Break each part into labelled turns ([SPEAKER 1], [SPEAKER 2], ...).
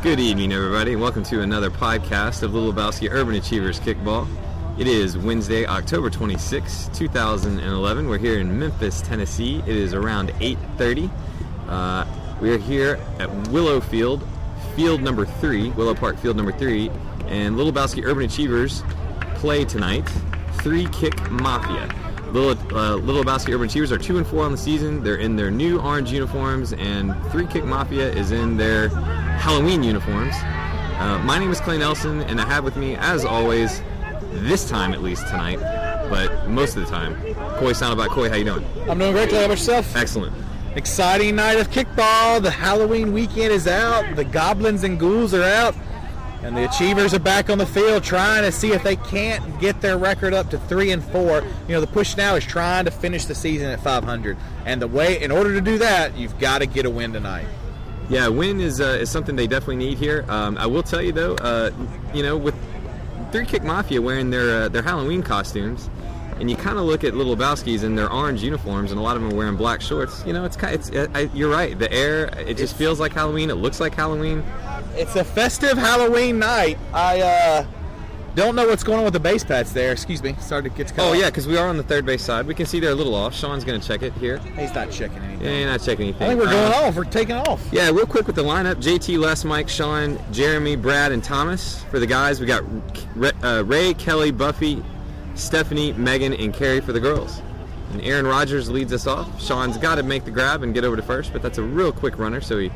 [SPEAKER 1] Good evening, everybody, and welcome to another podcast of Little Lebowski Urban Achievers Kickball. It is Wednesday, October 26, 2011. We're here in Memphis, Tennessee. It is around 8.30. Uh, we are here at Willow Field, field number three, Willow Park field number three, and Little Lebowski Urban Achievers play tonight, Three Kick Mafia. Little, uh, Little Lebowski Urban Achievers are 2 and 4 on the season. They're in their new orange uniforms, and Three Kick Mafia is in their Halloween uniforms. Uh, my name is Clay Nelson, and I have with me, as always, this time at least tonight, but most of the time, Coy Soundabout. Coy, how you doing?
[SPEAKER 2] I'm doing great. Clay. How about yourself?
[SPEAKER 1] Excellent.
[SPEAKER 2] Exciting night of kickball. The Halloween weekend is out. The goblins and ghouls are out. And the achievers are back on the field trying to see if they can't get their record up to three and four. You know, the push now is trying to finish the season at 500. And the way, in order to do that, you've got to get a win tonight.
[SPEAKER 1] Yeah, win is uh, is something they definitely need here. Um, I will tell you though, uh, you know, with Three Kick Mafia wearing their uh, their Halloween costumes, and you kind of look at Little Lebowski's in their orange uniforms, and a lot of them are wearing black shorts. You know, it's kind, it's uh, I, you're right. The air, it just feels like Halloween. It looks like Halloween.
[SPEAKER 2] It's a festive Halloween night. I uh, don't know what's going on with the base pads there. Excuse me. Started to get cut
[SPEAKER 1] Oh
[SPEAKER 2] off.
[SPEAKER 1] yeah, because we are on the third base side. We can see they're a little off. Sean's gonna check it here.
[SPEAKER 2] He's not checking anything.
[SPEAKER 1] Yeah, not checking anything.
[SPEAKER 2] I think we're going
[SPEAKER 1] Uh,
[SPEAKER 2] off. We're taking off.
[SPEAKER 1] Yeah, real quick with the lineup: JT, Les, Mike, Sean, Jeremy, Brad, and Thomas. For the guys, we got Re- uh, Ray, Kelly, Buffy, Stephanie, Megan, and Carrie for the girls. And Aaron Rodgers leads us off. Sean's got to make the grab and get over to first, but that's a real quick runner, so he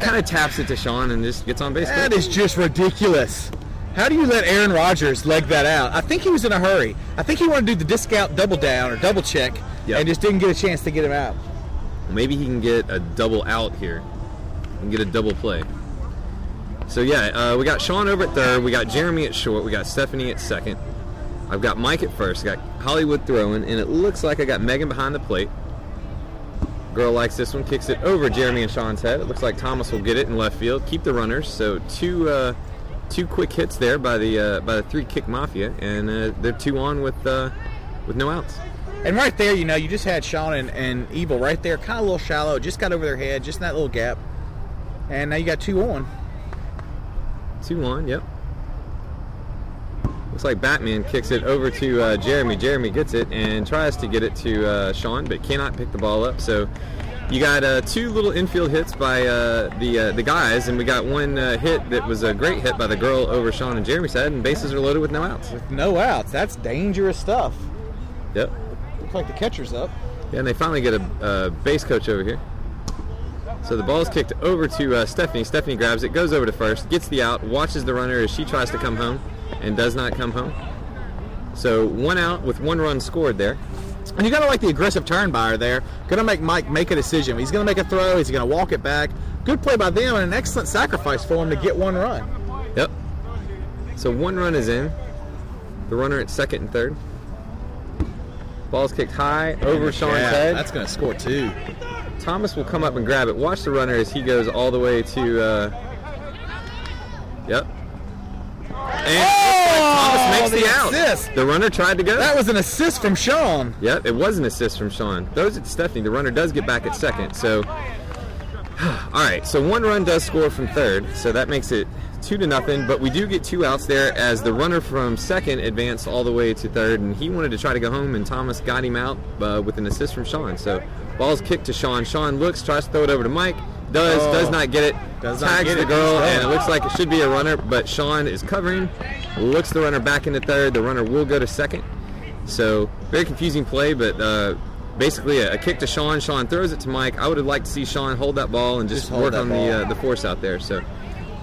[SPEAKER 1] kind of taps it to Sean and just gets on base.
[SPEAKER 2] That
[SPEAKER 1] quick.
[SPEAKER 2] is just ridiculous. How do you let Aaron Rodgers leg that out? I think he was in a hurry. I think he wanted to do the discount double down or double check
[SPEAKER 1] Yep.
[SPEAKER 2] and just didn't get a chance to get him out.
[SPEAKER 1] Maybe he can get a double out here and get a double play. So yeah, uh, we got Sean over at third. We got Jeremy at short. We got Stephanie at second. I've got Mike at first. Got Hollywood throwing, and it looks like I got Megan behind the plate. Girl likes this one. Kicks it over Jeremy and Sean's head. It looks like Thomas will get it in left field. Keep the runners. So two uh, two quick hits there by the uh, by the three kick mafia, and uh, they're two on with uh, with no outs.
[SPEAKER 2] And right there, you know, you just had Sean and, and Evil right there, kind of a little shallow, just got over their head, just in that little gap. And now you got two on.
[SPEAKER 1] Two on, yep. Looks like Batman kicks it over to uh, Jeremy. Jeremy gets it and tries to get it to uh, Sean, but cannot pick the ball up. So you got uh, two little infield hits by uh, the uh, the guys, and we got one uh, hit that was a great hit by the girl over Sean and Jeremy's head, and bases are loaded with no outs.
[SPEAKER 2] No outs. That's dangerous stuff.
[SPEAKER 1] Yep.
[SPEAKER 2] Looks like the catcher's up.
[SPEAKER 1] Yeah, and they finally get a, a base coach over here. So the ball's kicked over to uh, Stephanie. Stephanie grabs it, goes over to first, gets the out, watches the runner as she tries to come home, and does not come home. So one out with one run scored there.
[SPEAKER 2] And you gotta like the aggressive turn buyer there. Gonna make Mike make a decision. He's gonna make a throw. He's gonna walk it back. Good play by them and an excellent sacrifice for him to get one run.
[SPEAKER 1] Yep. So one run is in. The runner at second and third. Ball's kicked high over Sean's head.
[SPEAKER 2] gonna score two.
[SPEAKER 1] Thomas will come up and grab it. Watch the runner as he goes all the way to. Uh, yep. And
[SPEAKER 2] Oh,
[SPEAKER 1] Thomas makes the,
[SPEAKER 2] the
[SPEAKER 1] out.
[SPEAKER 2] assist.
[SPEAKER 1] The runner tried to go.
[SPEAKER 2] That was an assist from Sean.
[SPEAKER 1] yep, it was an assist from Sean. Throws it to Stephanie. The runner does get back at second. So, all right. So one run does score from third. So that makes it two to nothing. But we do get two outs there as the runner from second advanced all the way to third, and he wanted to try to go home, and Thomas got him out uh, with an assist from Sean. So ball's kicked to Sean. Sean looks, tries to throw it over to Mike. Does
[SPEAKER 2] Oh.
[SPEAKER 1] does not get it.
[SPEAKER 2] Does not
[SPEAKER 1] tags
[SPEAKER 2] get
[SPEAKER 1] the
[SPEAKER 2] it.
[SPEAKER 1] girl,
[SPEAKER 2] He's
[SPEAKER 1] and it
[SPEAKER 2] gone.
[SPEAKER 1] looks like it should be a runner, but Sean is covering. Looks the runner back into third. The runner will go to second. So very confusing play, but uh, basically a, a kick to Sean. Sean throws it to Mike. I would have liked to see Sean hold that ball and just,
[SPEAKER 2] Just hold
[SPEAKER 1] work
[SPEAKER 2] that
[SPEAKER 1] on
[SPEAKER 2] ball.
[SPEAKER 1] the uh, the force out there. So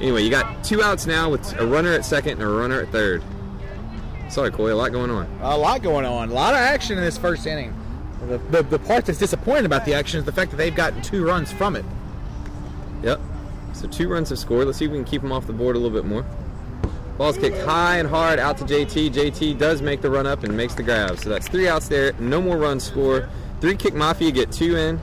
[SPEAKER 1] anyway, you got two outs now with a runner at second and a runner at third. Sorry, Coy, a lot going on.
[SPEAKER 2] A lot going on. A lot of action in this first inning. The, the, the part that's disappointing about the action is the fact that they've gotten two runs from it.
[SPEAKER 1] Yep. So two runs have scored. Let's see if we can keep them off the board a little bit more. Ball's kicked high and hard out to JT. JT does make the run up and makes the grab. So that's three outs there. No more runs score. Three kick mafia get two in.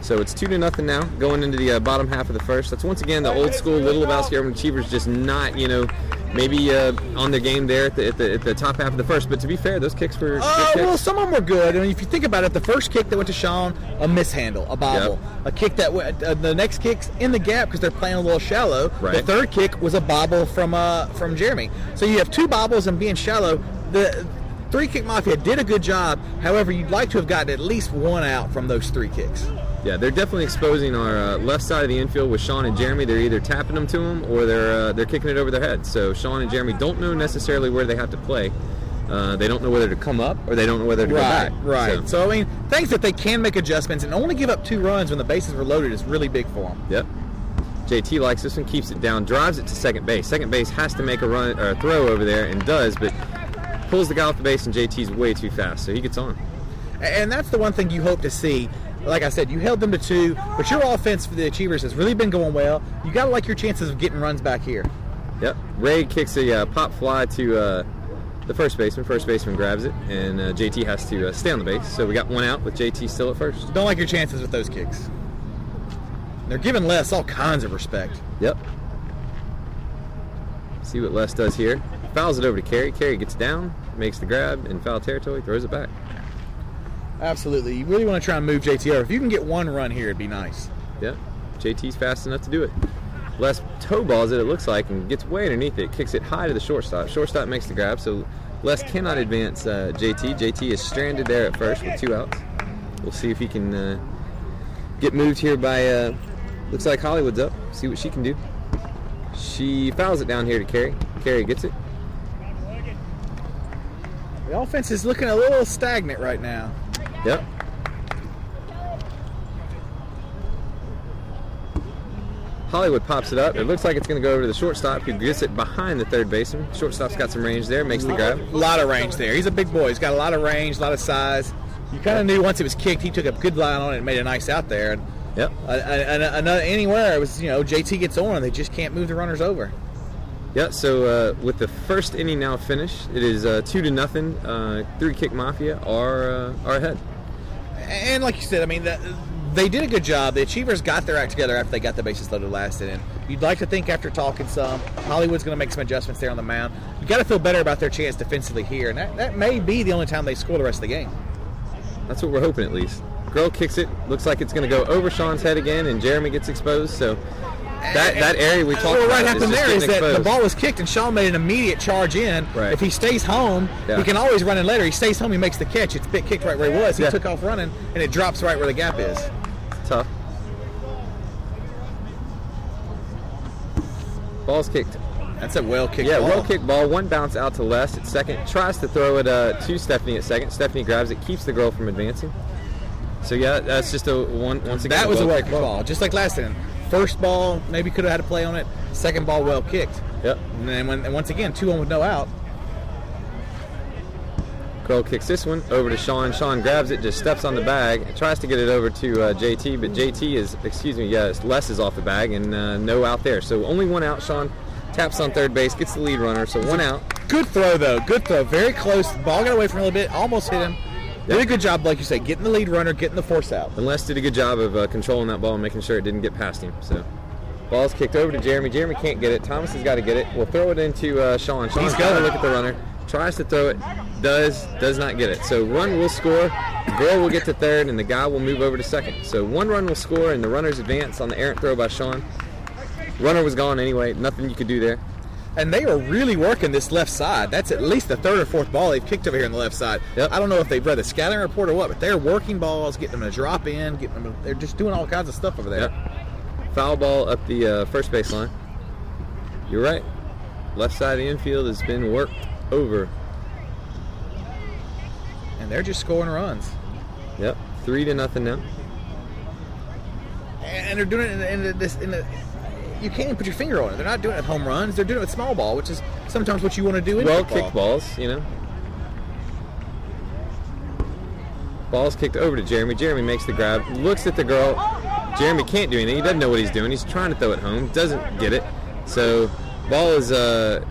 [SPEAKER 1] So it's two to nothing now, going into the uh, bottom half of the first. That's once again the old school Little Lebowski Urban Achievers just not, you know, maybe uh, on their game there at the, at, the, at the top half of the first. But to be fair, those kicks were. good
[SPEAKER 2] Uh,
[SPEAKER 1] kicks.
[SPEAKER 2] well, some of them were good. I mean, if you think about it, the first kick that went to Sean, a mishandle, a bobble, a kick that went. Uh, the next kick's in the gap because they're playing a little shallow. The
[SPEAKER 1] Right.
[SPEAKER 2] third kick was a bobble from uh from Jeremy. So you have two bobbles and being shallow. The three kick mafia did a good job. However, you'd like to have gotten at least one out from those three kicks.
[SPEAKER 1] Yeah, they're definitely exposing our uh, left side of the infield with Sean and Jeremy. They're either tapping them to them or they're uh, they're kicking it over their head. So Sean and Jeremy don't know necessarily where they have to play. Uh, they don't know whether to come up or they don't know whether to
[SPEAKER 2] Right,
[SPEAKER 1] go back.
[SPEAKER 2] right.
[SPEAKER 1] So,
[SPEAKER 2] So I mean, things that they can make adjustments and only give up two runs when the bases were loaded is really big for them.
[SPEAKER 1] yep. JT likes this one, keeps it down, drives it to second base. Second base has to make a run or a throw over there and does, but pulls the guy off the base and JT's way too fast, so he gets on.
[SPEAKER 2] And that's the one thing you hope to see. Like I said, you held them to two, but your offense for the Achievers has really been going well. You got to like your chances of getting runs back here.
[SPEAKER 1] Yep. Ray kicks a uh, pop fly to uh, the first baseman. First baseman grabs it, and uh, JT has to uh, stay on the base. So we got one out with JT still at first.
[SPEAKER 2] Don't like your chances with those kicks. They're giving Les all kinds of respect.
[SPEAKER 1] Yep. See what Les does here. Fouls it over to Carey. Carey gets down, makes the grab in foul territory, throws it back.
[SPEAKER 2] Absolutely. You really want to try and move JTR. If you can get one run here, it'd be nice.
[SPEAKER 1] Yep. JT's fast enough to do it. Les toe balls it, it looks like, and gets way underneath it, kicks it high to the shortstop. Shortstop makes the grab, so Les cannot advance uh, JT. JT is stranded there at first with two outs. We'll see if he can uh, get moved here by, uh, looks like Hollywood's up. See what she can do. She fouls it down here to Carey. Carey gets it.
[SPEAKER 2] The offense is looking a little stagnant right now.
[SPEAKER 1] Yep. Hollywood pops it up. It looks like it's going to go over to the shortstop, who gets it behind the third baseman. Shortstop's got some range there, makes the grab.
[SPEAKER 2] A lot of range there. He's a big boy. He's got a lot of range, a lot of size. You kind of knew once it was kicked, he took a good line on it and made a nice out there. And
[SPEAKER 1] Yep.
[SPEAKER 2] Uh, and- and another anywhere it was you know JT gets on and they just can't move the runners over.
[SPEAKER 1] Yeah, so uh, with the first inning now finished, it is uh, two to nothing. Uh, three kick mafia are uh, are ahead.
[SPEAKER 2] And like you said, I mean that, they did a good job. The Achievers got their act together after they got the bases loaded last inning. You'd like to think after talking some, Hollywood's going to make some adjustments there on the mound. You got to feel better about their chance defensively here, and that, that may be the only time they score the rest of the game.
[SPEAKER 1] That's what we're hoping at least. Girl kicks it. Looks like it's going to go over Sean's head again, and Jeremy gets exposed. So that that area we talked
[SPEAKER 2] Well,
[SPEAKER 1] about
[SPEAKER 2] what
[SPEAKER 1] is
[SPEAKER 2] happened
[SPEAKER 1] just
[SPEAKER 2] there
[SPEAKER 1] getting
[SPEAKER 2] is that the
[SPEAKER 1] exposed.
[SPEAKER 2] ball was kicked and Shaw made an immediate charge in.
[SPEAKER 1] Right.
[SPEAKER 2] If he stays home,
[SPEAKER 1] Yeah.
[SPEAKER 2] he can always run in later. He stays home, he makes the catch. It's bit kicked right where he was. He
[SPEAKER 1] Yeah.
[SPEAKER 2] took off running, and it drops right where the gap is.
[SPEAKER 1] Tough. Ball's kicked.
[SPEAKER 2] That's a well kicked.
[SPEAKER 1] Yeah,
[SPEAKER 2] ball.
[SPEAKER 1] well kick ball. One bounce out to Les at second. Tries to throw it uh, to Stephanie at second. Stephanie grabs it, keeps the girl from advancing. So yeah, that's just a one. Once again,
[SPEAKER 2] That was a well
[SPEAKER 1] well-kicked
[SPEAKER 2] kicked ball, just like last inning. First ball, maybe could have had a play on it. Second ball, well kicked.
[SPEAKER 1] Yep.
[SPEAKER 2] And then when, and once again, two on with no out.
[SPEAKER 1] Girl kicks this one over to Sean. Sean grabs it, just steps on the bag, tries to get it over to uh, JT, but JT is, excuse me, yes, Les is off the bag and uh, no out there. So only one out. Sean taps on third base, gets the lead runner. So one out.
[SPEAKER 2] Good throw though. Good throw. Very close. Ball got away from him a little bit. Almost hit him. Did a
[SPEAKER 1] Yep.
[SPEAKER 2] good job, like you say, getting the lead runner, getting the force out.
[SPEAKER 1] And Les did a good job of uh, controlling that ball and making sure it didn't get past him. So, ball's kicked over to Jeremy. Jeremy can't get it. Thomas has got to get it. We'll throw it into uh, Sean. Sean's
[SPEAKER 2] He's
[SPEAKER 1] got
[SPEAKER 2] got
[SPEAKER 1] to
[SPEAKER 2] it.
[SPEAKER 1] look at the runner. Tries to throw it. Does does not get it. So run will score. The girl will get to third, and the guy will move over to second. So one run will score, and the runners advance on the errant throw by Sean. Runner was gone anyway. Nothing you could do there.
[SPEAKER 2] And they are really working this left side. That's at least the third or fourth ball they've kicked over here on the left side.
[SPEAKER 1] Yep.
[SPEAKER 2] I don't know if they've read the scouting report or what, but they're working balls, getting them to drop in, getting them. they're just doing all kinds of stuff over there.
[SPEAKER 1] Yep. Foul ball up the uh, first baseline. You're right. Left side of the infield has been worked over.
[SPEAKER 2] And they're just scoring runs.
[SPEAKER 1] Yep. Three to nothing now.
[SPEAKER 2] and they're doing it in, in this in the you can't even put your finger on it. They're not doing it with home runs. They're doing it with small ball, which is sometimes what you want to do in
[SPEAKER 1] well
[SPEAKER 2] kickball.
[SPEAKER 1] kicked balls, you know. Ball's kicked over to Jeremy. Jeremy makes the grab, looks at the girl. Jeremy can't do anything. He doesn't know what he's doing. He's trying to throw it home, doesn't get it. So, ball is uh,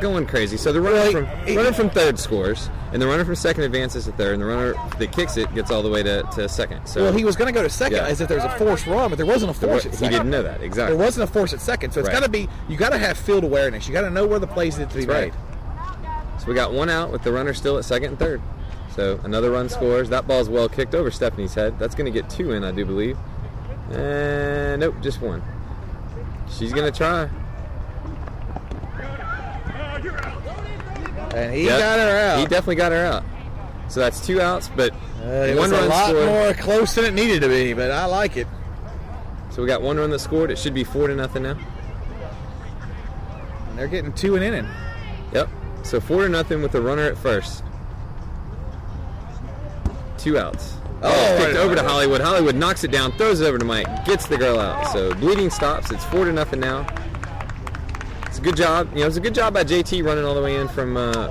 [SPEAKER 1] going crazy. So the runner
[SPEAKER 2] Well, he-
[SPEAKER 1] from
[SPEAKER 2] he-
[SPEAKER 1] runner from third scores, And the runner from second advances to third, and the runner that kicks it gets all the way to, to second. So
[SPEAKER 2] Well, he was going to go to second
[SPEAKER 1] Yeah.
[SPEAKER 2] as if there was a force run, but there wasn't a force. at
[SPEAKER 1] he
[SPEAKER 2] second.
[SPEAKER 1] didn't know that exactly.
[SPEAKER 2] There wasn't a force at second, so it's
[SPEAKER 1] Right.
[SPEAKER 2] got to be you got to have field awareness. You got to know where the plays need to be
[SPEAKER 1] That's right.
[SPEAKER 2] made.
[SPEAKER 1] So we got one out with the runner still at second and third. So another run scores. That ball's well kicked over Stephanie's head. That's going to get two in, I do believe. And nope, just one. She's going to try.
[SPEAKER 2] And he
[SPEAKER 1] Yep.
[SPEAKER 2] got her out.
[SPEAKER 1] He definitely got her out. So that's two outs, but
[SPEAKER 2] Uh, it
[SPEAKER 1] one
[SPEAKER 2] was a
[SPEAKER 1] run
[SPEAKER 2] lot
[SPEAKER 1] scored.
[SPEAKER 2] more close than it needed to be, but I like it.
[SPEAKER 1] So we got one run that scored. It should be four to nothing now.
[SPEAKER 2] And they're getting two and inning.
[SPEAKER 1] Yep. So four to nothing with the runner at first. Two outs.
[SPEAKER 2] Oh,
[SPEAKER 1] Oh,
[SPEAKER 2] right.
[SPEAKER 1] picked over to Hollywood. Hollywood knocks it down, throws it over to Mike, gets the girl out. So bleeding stops. It's four to nothing now. It's a good job. You know, it's a good job by JT running all the way in from. Uh,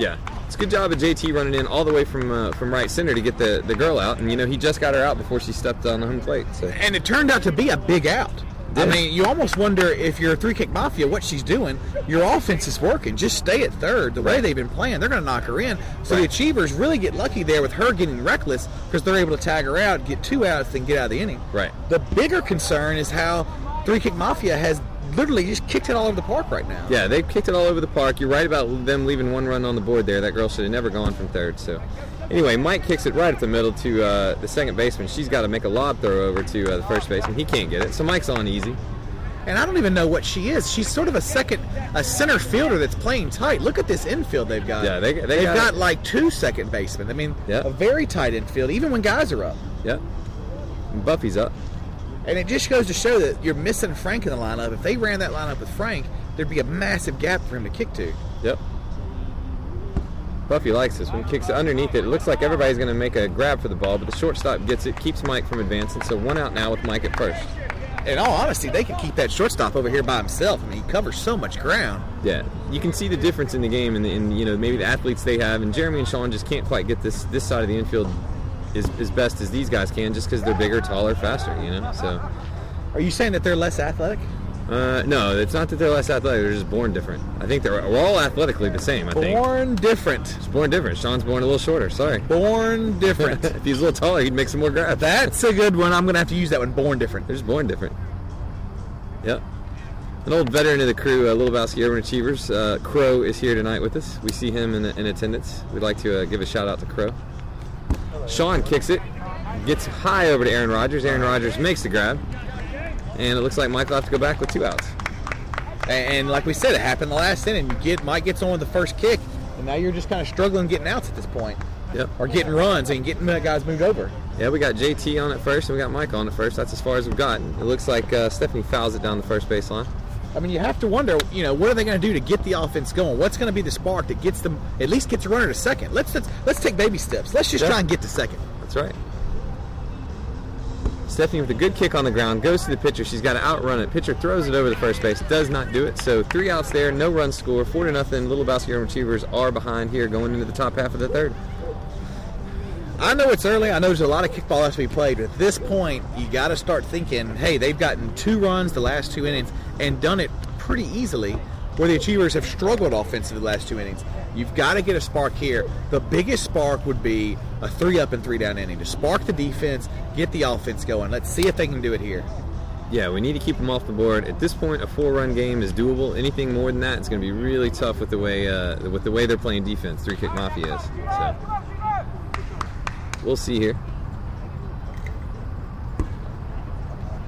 [SPEAKER 1] yeah, it's a good job of JT running in all the way from uh, from right center to get the, the girl out. And you know, he just got her out before she stepped on the home plate. So
[SPEAKER 2] And it turned out to be a big out. I
[SPEAKER 1] Yeah.
[SPEAKER 2] mean, you almost wonder if you're three kick mafia, what she's doing. Your offense is working. Just stay at third. The way
[SPEAKER 1] Right.
[SPEAKER 2] they've been playing, they're going to knock her in. So the
[SPEAKER 1] Right.
[SPEAKER 2] achievers really get lucky there with her getting reckless because they're able to tag her out, get two outs, then get out of the inning.
[SPEAKER 1] Right.
[SPEAKER 2] The bigger concern is how three kick mafia has literally just kicked it all over the park right now.
[SPEAKER 1] Yeah, they've kicked it all over the park. You're right about them leaving one run on the board there. That girl should have never gone from third. So, anyway, Mike kicks it right at the middle to uh, the second baseman. She's got to make a lob throw over to uh, the first baseman. He can't get it, so Mike's on easy.
[SPEAKER 2] And I don't even know what she is. She's sort of a second, a center fielder that's playing tight. Look at this infield they've got.
[SPEAKER 1] Yeah, they- they
[SPEAKER 2] have
[SPEAKER 1] got-
[SPEAKER 2] got like two second basemen. I mean,
[SPEAKER 1] Yeah.
[SPEAKER 2] a very tight infield, even when guys are up.
[SPEAKER 1] Yep. And Buffy's up.
[SPEAKER 2] And it just goes to show that you're missing Frank in the lineup. If they ran that lineup with Frank, there'd be a massive gap for him to kick to.
[SPEAKER 1] Yep. Buffy likes this one. Kicks it underneath it. It looks like everybody's going to make a grab for the ball, but the shortstop gets it, keeps Mike from advancing. So one out now with Mike at first.
[SPEAKER 2] In all honesty, they could keep that shortstop over here by himself. I mean, he covers so much ground.
[SPEAKER 1] Yeah, you can see the difference in the game, and, and you know maybe the athletes they have, and Jeremy and Sean just can't quite get this this side of the infield as, as best as these guys can, just because they're bigger, taller, faster. You know, so
[SPEAKER 2] Are you saying that they're less athletic?
[SPEAKER 1] uh, no, it's not that they're less athletic; they're just born different. I think they're we're all athletically the same. I think
[SPEAKER 2] Born different.
[SPEAKER 1] it's born different. Sean's born a little shorter. Sorry,
[SPEAKER 2] Born different.
[SPEAKER 1] if he's a little taller, he'd make some more grabs. They're
[SPEAKER 2] That's a good one. I'm going to have to use that one. Born different.
[SPEAKER 1] just born different. Yep. An old veteran of the crew, uh, Littlebowski Urban Achievers, uh, Crow is here tonight with us. We see him in, in attendance. We'd like to uh, give a shout out to Crow. Sean kicks it, gets high over to Aaron Rodgers. Aaron Rodgers makes the grab, and it looks like Michael has to go back with two outs.
[SPEAKER 2] And, and like we said, it happened the last inning. You get Mike gets on with the first kick, and now you're just kind of struggling getting outs at this point,
[SPEAKER 1] Yep.
[SPEAKER 2] or getting runs and getting the guys moved over.
[SPEAKER 1] Yeah, we got JT on it first, and we got Mike on it first. That's as far as we've gotten. It looks like uh, Stephanie fouls it down the first baseline.
[SPEAKER 2] I mean, you have to wonder, you know, what are they going to do to get the offense going? What's going to be the spark that gets them at least gets a runner to second? Let's let's, let's take baby steps. Let's just
[SPEAKER 1] Yeah.
[SPEAKER 2] try and get to second.
[SPEAKER 1] That's right. Stephanie with a good kick on the ground goes to the pitcher. She's got to outrun it. Pitcher throws it over the first base. Does not do it. So three outs there. No run score. Four to nothing. Little Basket Urban Retrievers are behind here going into the top half of the third.
[SPEAKER 2] I know it's early. I know there's a lot of kickball has to be played, but at this point, you got to start thinking, hey, they've gotten two runs the last two innings and done it pretty easily, where the Achievers have struggled offensively the last two innings. You've got to get a spark here. The biggest spark would be a three up and three down inning to spark the defense, get the offense going. Let's see if they can do it here.
[SPEAKER 1] Yeah, we need to keep them off the board. At this point, a four-run game is doable. Anything more than that, it's going to be really tough with the way uh, with the way they're playing defense. Three kick mafia is. So we'll see here.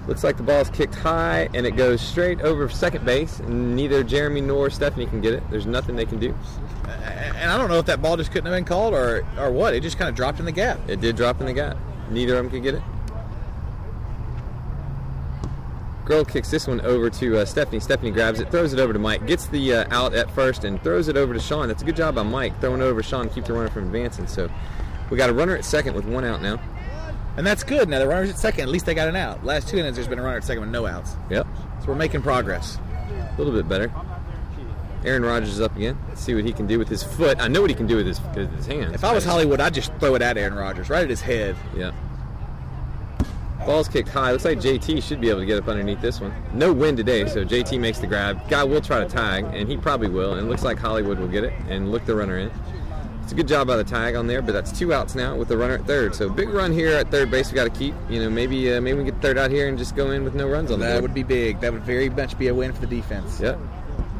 [SPEAKER 1] Looks like the ball's kicked high and it goes straight over second base. And neither Jeremy nor Stephanie can get it. There's nothing they can do.
[SPEAKER 2] And I don't know if that ball just couldn't have been called or, or what. It just kind of dropped in the gap.
[SPEAKER 1] It did drop in the gap. Neither of them could get it. Girl kicks this one over to uh, Stephanie. Stephanie grabs it, throws it over to Mike, gets the uh, out at first, and throws it over to Sean. That's a good job by Mike throwing it over to Sean, keep the runner from advancing. So we got a runner at second with one out now.
[SPEAKER 2] And that's good. Now the runner's at second. At least they got an out. Last two innings, there's been a runner at second with no outs.
[SPEAKER 1] Yep,
[SPEAKER 2] So we're making progress.
[SPEAKER 1] a little bit better. Aaron Rodgers is up again. Let's see what he can do with his foot. I know what he can do with his with his hands.
[SPEAKER 2] If I was
[SPEAKER 1] but-
[SPEAKER 2] Hollywood, I'd just throw it at Aaron Rodgers, right at his head.
[SPEAKER 1] Yeah. Ball's kicked high. Looks like JT should be able to get up underneath this one. No win today, so JT makes the grab. Guy will try to tag, and he probably will. And it looks like Hollywood will get it and look the runner in. It's a good job by the tag on there, but that's two outs now with the runner at third. So big run here at third base. We got to keep. You know, maybe uh, maybe we get third out here and just go in with no runs on the
[SPEAKER 2] That
[SPEAKER 1] board.
[SPEAKER 2] would be big. That would very much be a win for the defense.
[SPEAKER 1] Yep.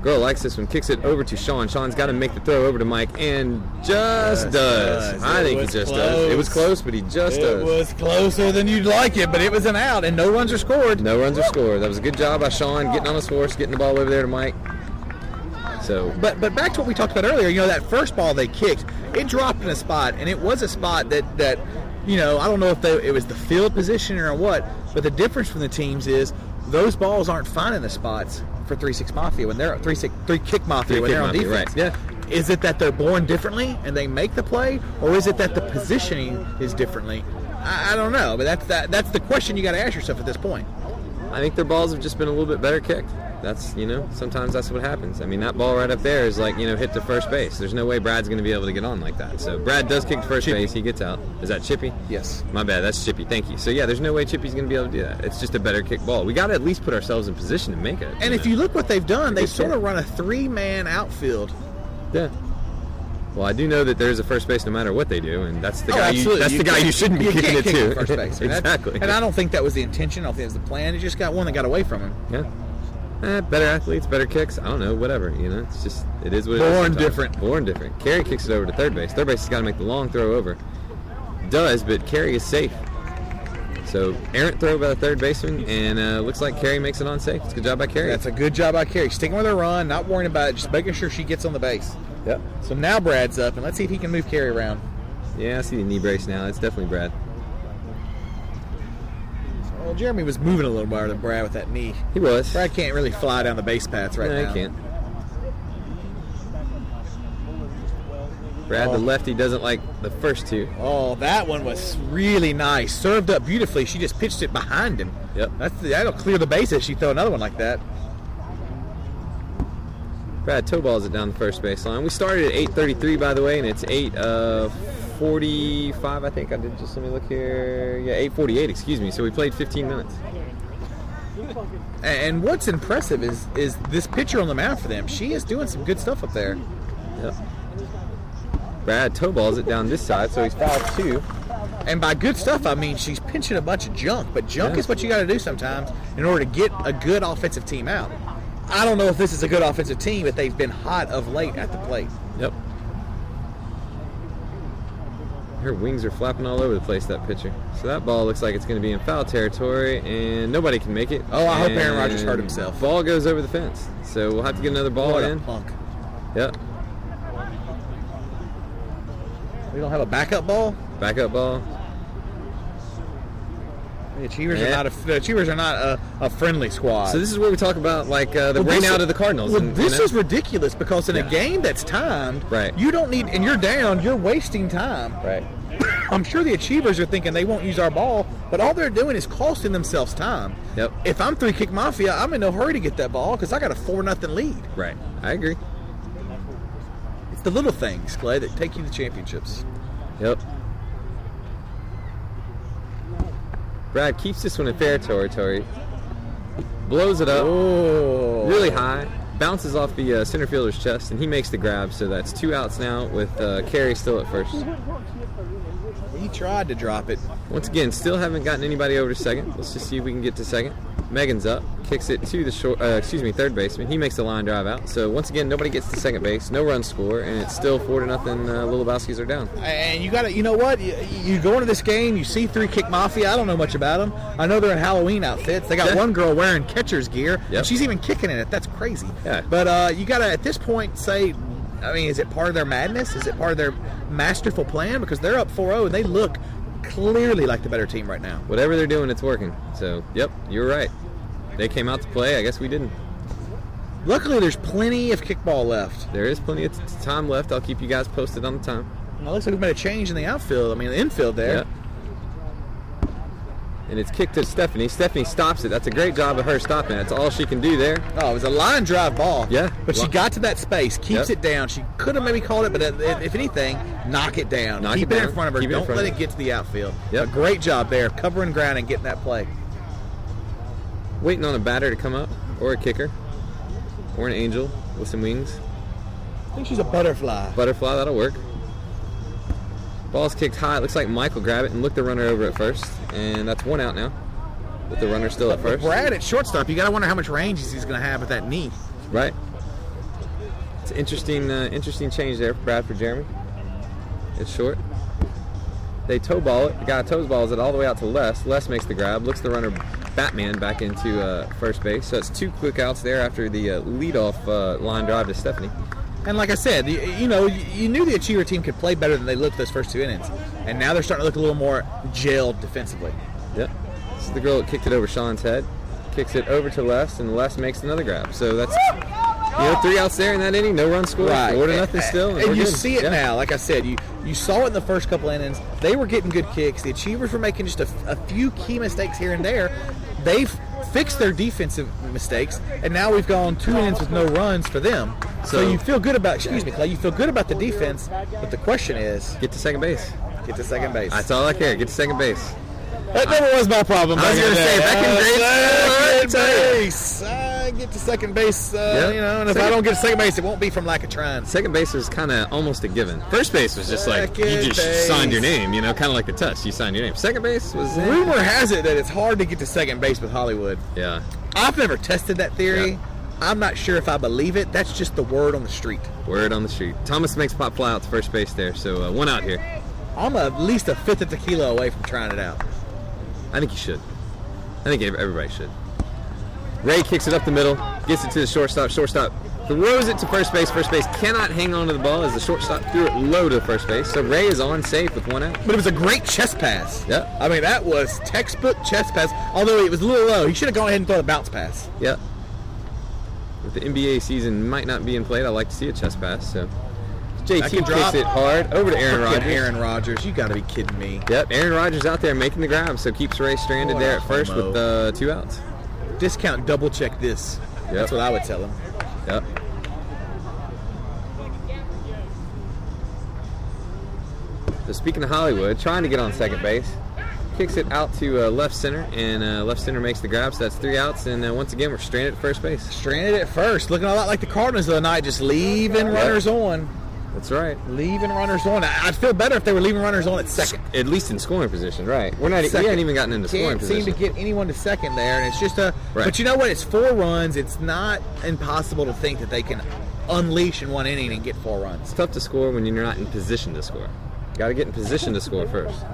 [SPEAKER 1] Girl likes this one. Kicks it over to Sean. Sean's got to make the throw over to Mike, and just
[SPEAKER 2] Just
[SPEAKER 1] does.
[SPEAKER 2] does.
[SPEAKER 1] I
[SPEAKER 2] It
[SPEAKER 1] think he
[SPEAKER 2] was
[SPEAKER 1] just does. It was
[SPEAKER 2] close.
[SPEAKER 1] close, but he just does.
[SPEAKER 2] It was closer than you'd like it, but it was an out, and no runs are scored.
[SPEAKER 1] No runs are scored. That was a good job by Sean getting on his horse, getting the ball over there to Mike. So
[SPEAKER 2] But but back to what we talked about earlier, you know, that first ball they kicked, it dropped in a spot, and it was a spot that that you know I don't know if they, it was the field position or what, but the difference from the teams is those balls aren't finding the spots for three six mafia when they're three six three kick mafia
[SPEAKER 1] Three
[SPEAKER 2] when
[SPEAKER 1] Kick
[SPEAKER 2] they're on
[SPEAKER 1] Mafia, right.
[SPEAKER 2] defense. Yeah. Is it that they're born differently and they make the play, or is it that the positioning is differently? I, I don't know, but that's that, that's the question you got to ask yourself at this point.
[SPEAKER 1] I think their balls have just been a little bit better kicked. That's you know sometimes that's what happens. I mean that ball right up there is like you know hit to first base. There's no way Brad's going to be able to get on like that. So Brad does kick to first
[SPEAKER 2] Chippy.
[SPEAKER 1] base. He gets out. Is that Chippy?
[SPEAKER 2] Yes.
[SPEAKER 1] My bad. That's Chippy. Thank you. So yeah, there's no way Chippy's going to be able to do that. It's just a better kick ball. We got to at least put ourselves in position to make it.
[SPEAKER 2] And if you look what they've done, they
[SPEAKER 1] Good
[SPEAKER 2] sort
[SPEAKER 1] point.
[SPEAKER 2] of run a three-man outfield
[SPEAKER 1] yeah. Well, I do know that there's a first base no matter what they do, and that's the
[SPEAKER 2] Oh,
[SPEAKER 1] guy. You,
[SPEAKER 2] absolutely.
[SPEAKER 1] that's the guy
[SPEAKER 2] can't-
[SPEAKER 1] you shouldn't be kicking
[SPEAKER 2] can't
[SPEAKER 1] it
[SPEAKER 2] kick
[SPEAKER 1] to.
[SPEAKER 2] from First base. And that's-
[SPEAKER 1] exactly.
[SPEAKER 2] And I don't think that was the intention. I don't think that was the plan. It just got one that got away from him.
[SPEAKER 1] Yeah. Eh, better athletes, better kicks. I don't know, whatever. You know, it's just it is what it is.
[SPEAKER 2] Born
[SPEAKER 1] sometimes.
[SPEAKER 2] different.
[SPEAKER 1] Born different. Carey kicks it over to third base. Third base has got to make the long throw over. Does, but Carey is safe. So errant throw by the third baseman, and uh, looks like Carey makes it on safe. It's a good job by Carey.
[SPEAKER 2] That's a good job by Carey. Sticking with her run, not worrying about it, just making sure she gets on the base.
[SPEAKER 1] yep.
[SPEAKER 2] So now Brad's up, and let's see if he can move Carey around.
[SPEAKER 1] Yeah, I see the knee brace now. It's definitely Brad.
[SPEAKER 2] Well, Jeremy was moving a little better than Brad with that knee.
[SPEAKER 1] He was.
[SPEAKER 2] Brad can't really fly down the base paths right
[SPEAKER 1] no,
[SPEAKER 2] now.
[SPEAKER 1] he can't. Brad, the lefty, doesn't like the first two.
[SPEAKER 2] Oh, that one was really nice. Served up beautifully. She just pitched it behind him.
[SPEAKER 1] Yep.
[SPEAKER 2] That's that'll clear the bases. She throw another one like that.
[SPEAKER 1] Brad toe balls it down the first baseline. We started at 8:33, by the way, and it's 8 uh, 45. I think I did. Just let me look here. Yeah, 8:48. Excuse me. So we played 15 minutes.
[SPEAKER 2] And what's impressive is is this pitcher on the mound for them. She is doing some good stuff up there.
[SPEAKER 1] Yep. Brad toe balls it down this side, so he's fouled two.
[SPEAKER 2] And by good stuff, I mean she's pinching a bunch of junk. But junk
[SPEAKER 1] Yeah.
[SPEAKER 2] is what you got to do sometimes in order to get a good offensive team out. I don't know if this is a good offensive team, but they've been hot of late at the plate.
[SPEAKER 1] Yep. Her wings are flapping all over the place. That pitcher. So that ball looks like it's going to be in foul territory, and nobody can make it.
[SPEAKER 2] Oh, I hope Aaron
[SPEAKER 1] And
[SPEAKER 2] Rodgers hurt himself.
[SPEAKER 1] Ball goes over the fence. So we'll have to get another ball
[SPEAKER 2] What a
[SPEAKER 1] in.
[SPEAKER 2] punk.
[SPEAKER 1] Yep.
[SPEAKER 2] We don't have a backup ball.
[SPEAKER 1] Backup ball.
[SPEAKER 2] The Achievers
[SPEAKER 1] Yeah.
[SPEAKER 2] are not a the Achievers are not a, a friendly squad.
[SPEAKER 1] So this is where we talk about like uh, the
[SPEAKER 2] Well,
[SPEAKER 1] rain
[SPEAKER 2] this-
[SPEAKER 1] out of the Cardinals.
[SPEAKER 2] Well,
[SPEAKER 1] and-
[SPEAKER 2] this
[SPEAKER 1] you know?
[SPEAKER 2] is ridiculous because in
[SPEAKER 1] Yeah.
[SPEAKER 2] a game that's timed,
[SPEAKER 1] Right.
[SPEAKER 2] you don't need, and you're down, you're wasting time.
[SPEAKER 1] right.
[SPEAKER 2] I'm sure the achievers are thinking they won't use our ball, but all they're doing is costing themselves time.
[SPEAKER 1] Yep.
[SPEAKER 2] If I'm three kick mafia, I'm in no hurry to get that ball because I got a four nothing lead.
[SPEAKER 1] Right. I agree.
[SPEAKER 2] It's the little things, Clay, that take you to championships.
[SPEAKER 1] Yep. Brad keeps this one in fair territory. Blows it up
[SPEAKER 2] Oh,
[SPEAKER 1] really high. Bounces off the uh, center fielder's chest, and he makes the grab. So that's two outs now with uh, Carey still at first.
[SPEAKER 2] He tried to drop it.
[SPEAKER 1] Once again, still haven't gotten anybody over to second. Let's just see if we can get to second. Megan's up, kicks it to the short, uh, excuse me, third baseman. He makes a line drive out. So once again, nobody gets to second base, no run score, and it's still four to nothing. Uh, Littlebowski's are down.
[SPEAKER 2] And you got to, you know what? You, you go into this game, you see three kick mafia. I don't know much about them. I know they're in Halloween outfits. They got
[SPEAKER 1] Yeah.
[SPEAKER 2] one girl wearing catcher's gear. and
[SPEAKER 1] Yep.
[SPEAKER 2] she's even kicking in it. That's crazy.
[SPEAKER 1] Yeah.
[SPEAKER 2] But uh, you got to, at this point, say, I mean, is it part of their madness? Is it part of their masterful plan? Because they're up 4 0 and they look clearly like the better team right now.
[SPEAKER 1] Whatever they're doing, it's working. So yep, you're right. They came out to play. I guess we didn't.
[SPEAKER 2] Luckily, there's plenty of kickball left.
[SPEAKER 1] There is plenty of t- time left. I'll keep you guys posted on the time.
[SPEAKER 2] Now, it looks like we made a change in the outfield. I mean, the infield there.
[SPEAKER 1] Yep. And it's kicked to Stephanie. Stephanie stops it. That's a great job of her stopping. it. That's all she can do there.
[SPEAKER 2] Oh, it was a line drive ball.
[SPEAKER 1] Yeah.
[SPEAKER 2] But she
[SPEAKER 1] Li-
[SPEAKER 2] got to that space, keeps
[SPEAKER 1] Yep.
[SPEAKER 2] it down. She could have maybe called it, but if- if anything, knock it down.
[SPEAKER 1] Knock
[SPEAKER 2] Keep
[SPEAKER 1] it
[SPEAKER 2] it,
[SPEAKER 1] down.
[SPEAKER 2] in front of her.
[SPEAKER 1] Keep it in
[SPEAKER 2] Don't
[SPEAKER 1] front
[SPEAKER 2] let
[SPEAKER 1] of
[SPEAKER 2] it get to the outfield.
[SPEAKER 1] Yep.
[SPEAKER 2] A great job there, covering ground and getting that play.
[SPEAKER 1] Waiting on a batter to come up, or a kicker, or an angel with some wings.
[SPEAKER 2] I think she's a butterfly.
[SPEAKER 1] Butterfly, that'll work. Ball's kicked high. It looks like Mike will grab it and look the runner over at first. And that's one out now. With the runner still at first.
[SPEAKER 2] Brad at shortstop, you got to wonder how much range he's going to have with that knee.
[SPEAKER 1] Right. It's an interesting, uh, interesting change there, for Brad for Jeremy. It's short. They toe ball it. The guy toes balls it all the way out to Les. Les makes the grab. Looks the runner, Batman, back into uh, first base. So it's two quick outs there after the uh, leadoff uh, line drive to Stephanie.
[SPEAKER 2] And like I said, you, you know, you, you knew the Achiever team could play better than they looked those first two innings, and now they're starting to look a little more jailed defensively.
[SPEAKER 1] Yep. This is the girl that kicked it over Sean's head. Kicks it over to Les, and Les makes another grab. So that's you know three outs there in that inning. No run scored. Four to nothing still.
[SPEAKER 2] And,
[SPEAKER 1] we're
[SPEAKER 2] you
[SPEAKER 1] good.
[SPEAKER 2] see it
[SPEAKER 1] Yeah.
[SPEAKER 2] now. Like I said, you you saw it in the first couple innings. They were getting good kicks. The Achievers were making just a, a few key mistakes here and there. They've fixed their defensive mistakes, and now we've gone two innings with no runs for them. So,
[SPEAKER 1] So-
[SPEAKER 2] you feel good about excuse me, Clay. You feel good about the defense, but the question is,
[SPEAKER 1] Get to second base.
[SPEAKER 2] get to second base.
[SPEAKER 1] That's all I care. Get to second base.
[SPEAKER 2] That never was my problem.
[SPEAKER 1] I was
[SPEAKER 2] back in
[SPEAKER 1] gonna
[SPEAKER 2] the
[SPEAKER 1] say,
[SPEAKER 2] day.
[SPEAKER 1] back in grade
[SPEAKER 2] Uh,
[SPEAKER 1] school,
[SPEAKER 2] second
[SPEAKER 1] I
[SPEAKER 2] base. I get to second base, uh,
[SPEAKER 1] Yeah.
[SPEAKER 2] you know, and if I
[SPEAKER 1] Second-
[SPEAKER 2] don't get to second base, it won't be from lack of trying.
[SPEAKER 1] Second base was kind of almost a given. First base was just like you
[SPEAKER 2] Second
[SPEAKER 1] just signed your
[SPEAKER 2] base.
[SPEAKER 1] name, you know, kind of like the touch. You signed your name. Second base was eh.
[SPEAKER 2] Rumor has it that it's hard to get to second base with Hollywood.
[SPEAKER 1] yeah.
[SPEAKER 2] I've never tested that theory.
[SPEAKER 1] Yeah.
[SPEAKER 2] I'm not sure if I believe it. That's just the word on the street.
[SPEAKER 1] Word on the street. Thomas makes pop fly out to first base there, so uh, one out here.
[SPEAKER 2] I'm at least a fifth of tequila away from trying it out.
[SPEAKER 1] I think you should. I think ev- everybody should. Ray kicks it up the middle, gets it to the shortstop. Shortstop throws it to first base. First base cannot hang on to the ball as the shortstop threw it low to first base. So Ray is on safe with one out.
[SPEAKER 2] But it was a great chest pass.
[SPEAKER 1] Yep.
[SPEAKER 2] I mean, that was textbook chest pass, although it was a little low. He should have gone ahead and thrown a bounce pass.
[SPEAKER 1] Yep. With the NBA season might not being played, I like to see a chest pass. So JT
[SPEAKER 2] That
[SPEAKER 1] kicks
[SPEAKER 2] can drop.
[SPEAKER 1] it hard over to Aaron
[SPEAKER 2] Look at
[SPEAKER 1] Rodgers.
[SPEAKER 2] Aaron Rodgers. You got to be kidding me.
[SPEAKER 1] Yep, Aaron Rodgers out there making the grab, so keeps Ray stranded
[SPEAKER 2] What
[SPEAKER 1] there
[SPEAKER 2] a
[SPEAKER 1] at first
[SPEAKER 2] homo.
[SPEAKER 1] with uh, two outs.
[SPEAKER 2] Discount double check this.
[SPEAKER 1] Yep.
[SPEAKER 2] That's what I would tell him.
[SPEAKER 1] Yep. So speaking of Hollywood, trying to get on second base, kicks it out to uh, left center, and uh, left center makes the grab. So that's three outs, and uh, once again we're stranded at first base.
[SPEAKER 2] Stranded at first, looking a lot like the Cardinals the other night, just leaving runners on.
[SPEAKER 1] That's right.
[SPEAKER 2] Leaving runners on. I- I'd feel better if they were leaving runners on at second.
[SPEAKER 1] At least in scoring position, right? We're not. e-,
[SPEAKER 2] Second.
[SPEAKER 1] We haven't even gotten into scoring
[SPEAKER 2] Can't
[SPEAKER 1] position.
[SPEAKER 2] seem to get anyone to second there, and it's just a.
[SPEAKER 1] Right.
[SPEAKER 2] But you know what? It's four runs. It's not impossible to think that they can unleash in one inning and get four runs.
[SPEAKER 1] It's tough to score when you're not in position to score. Got to get in position to score first.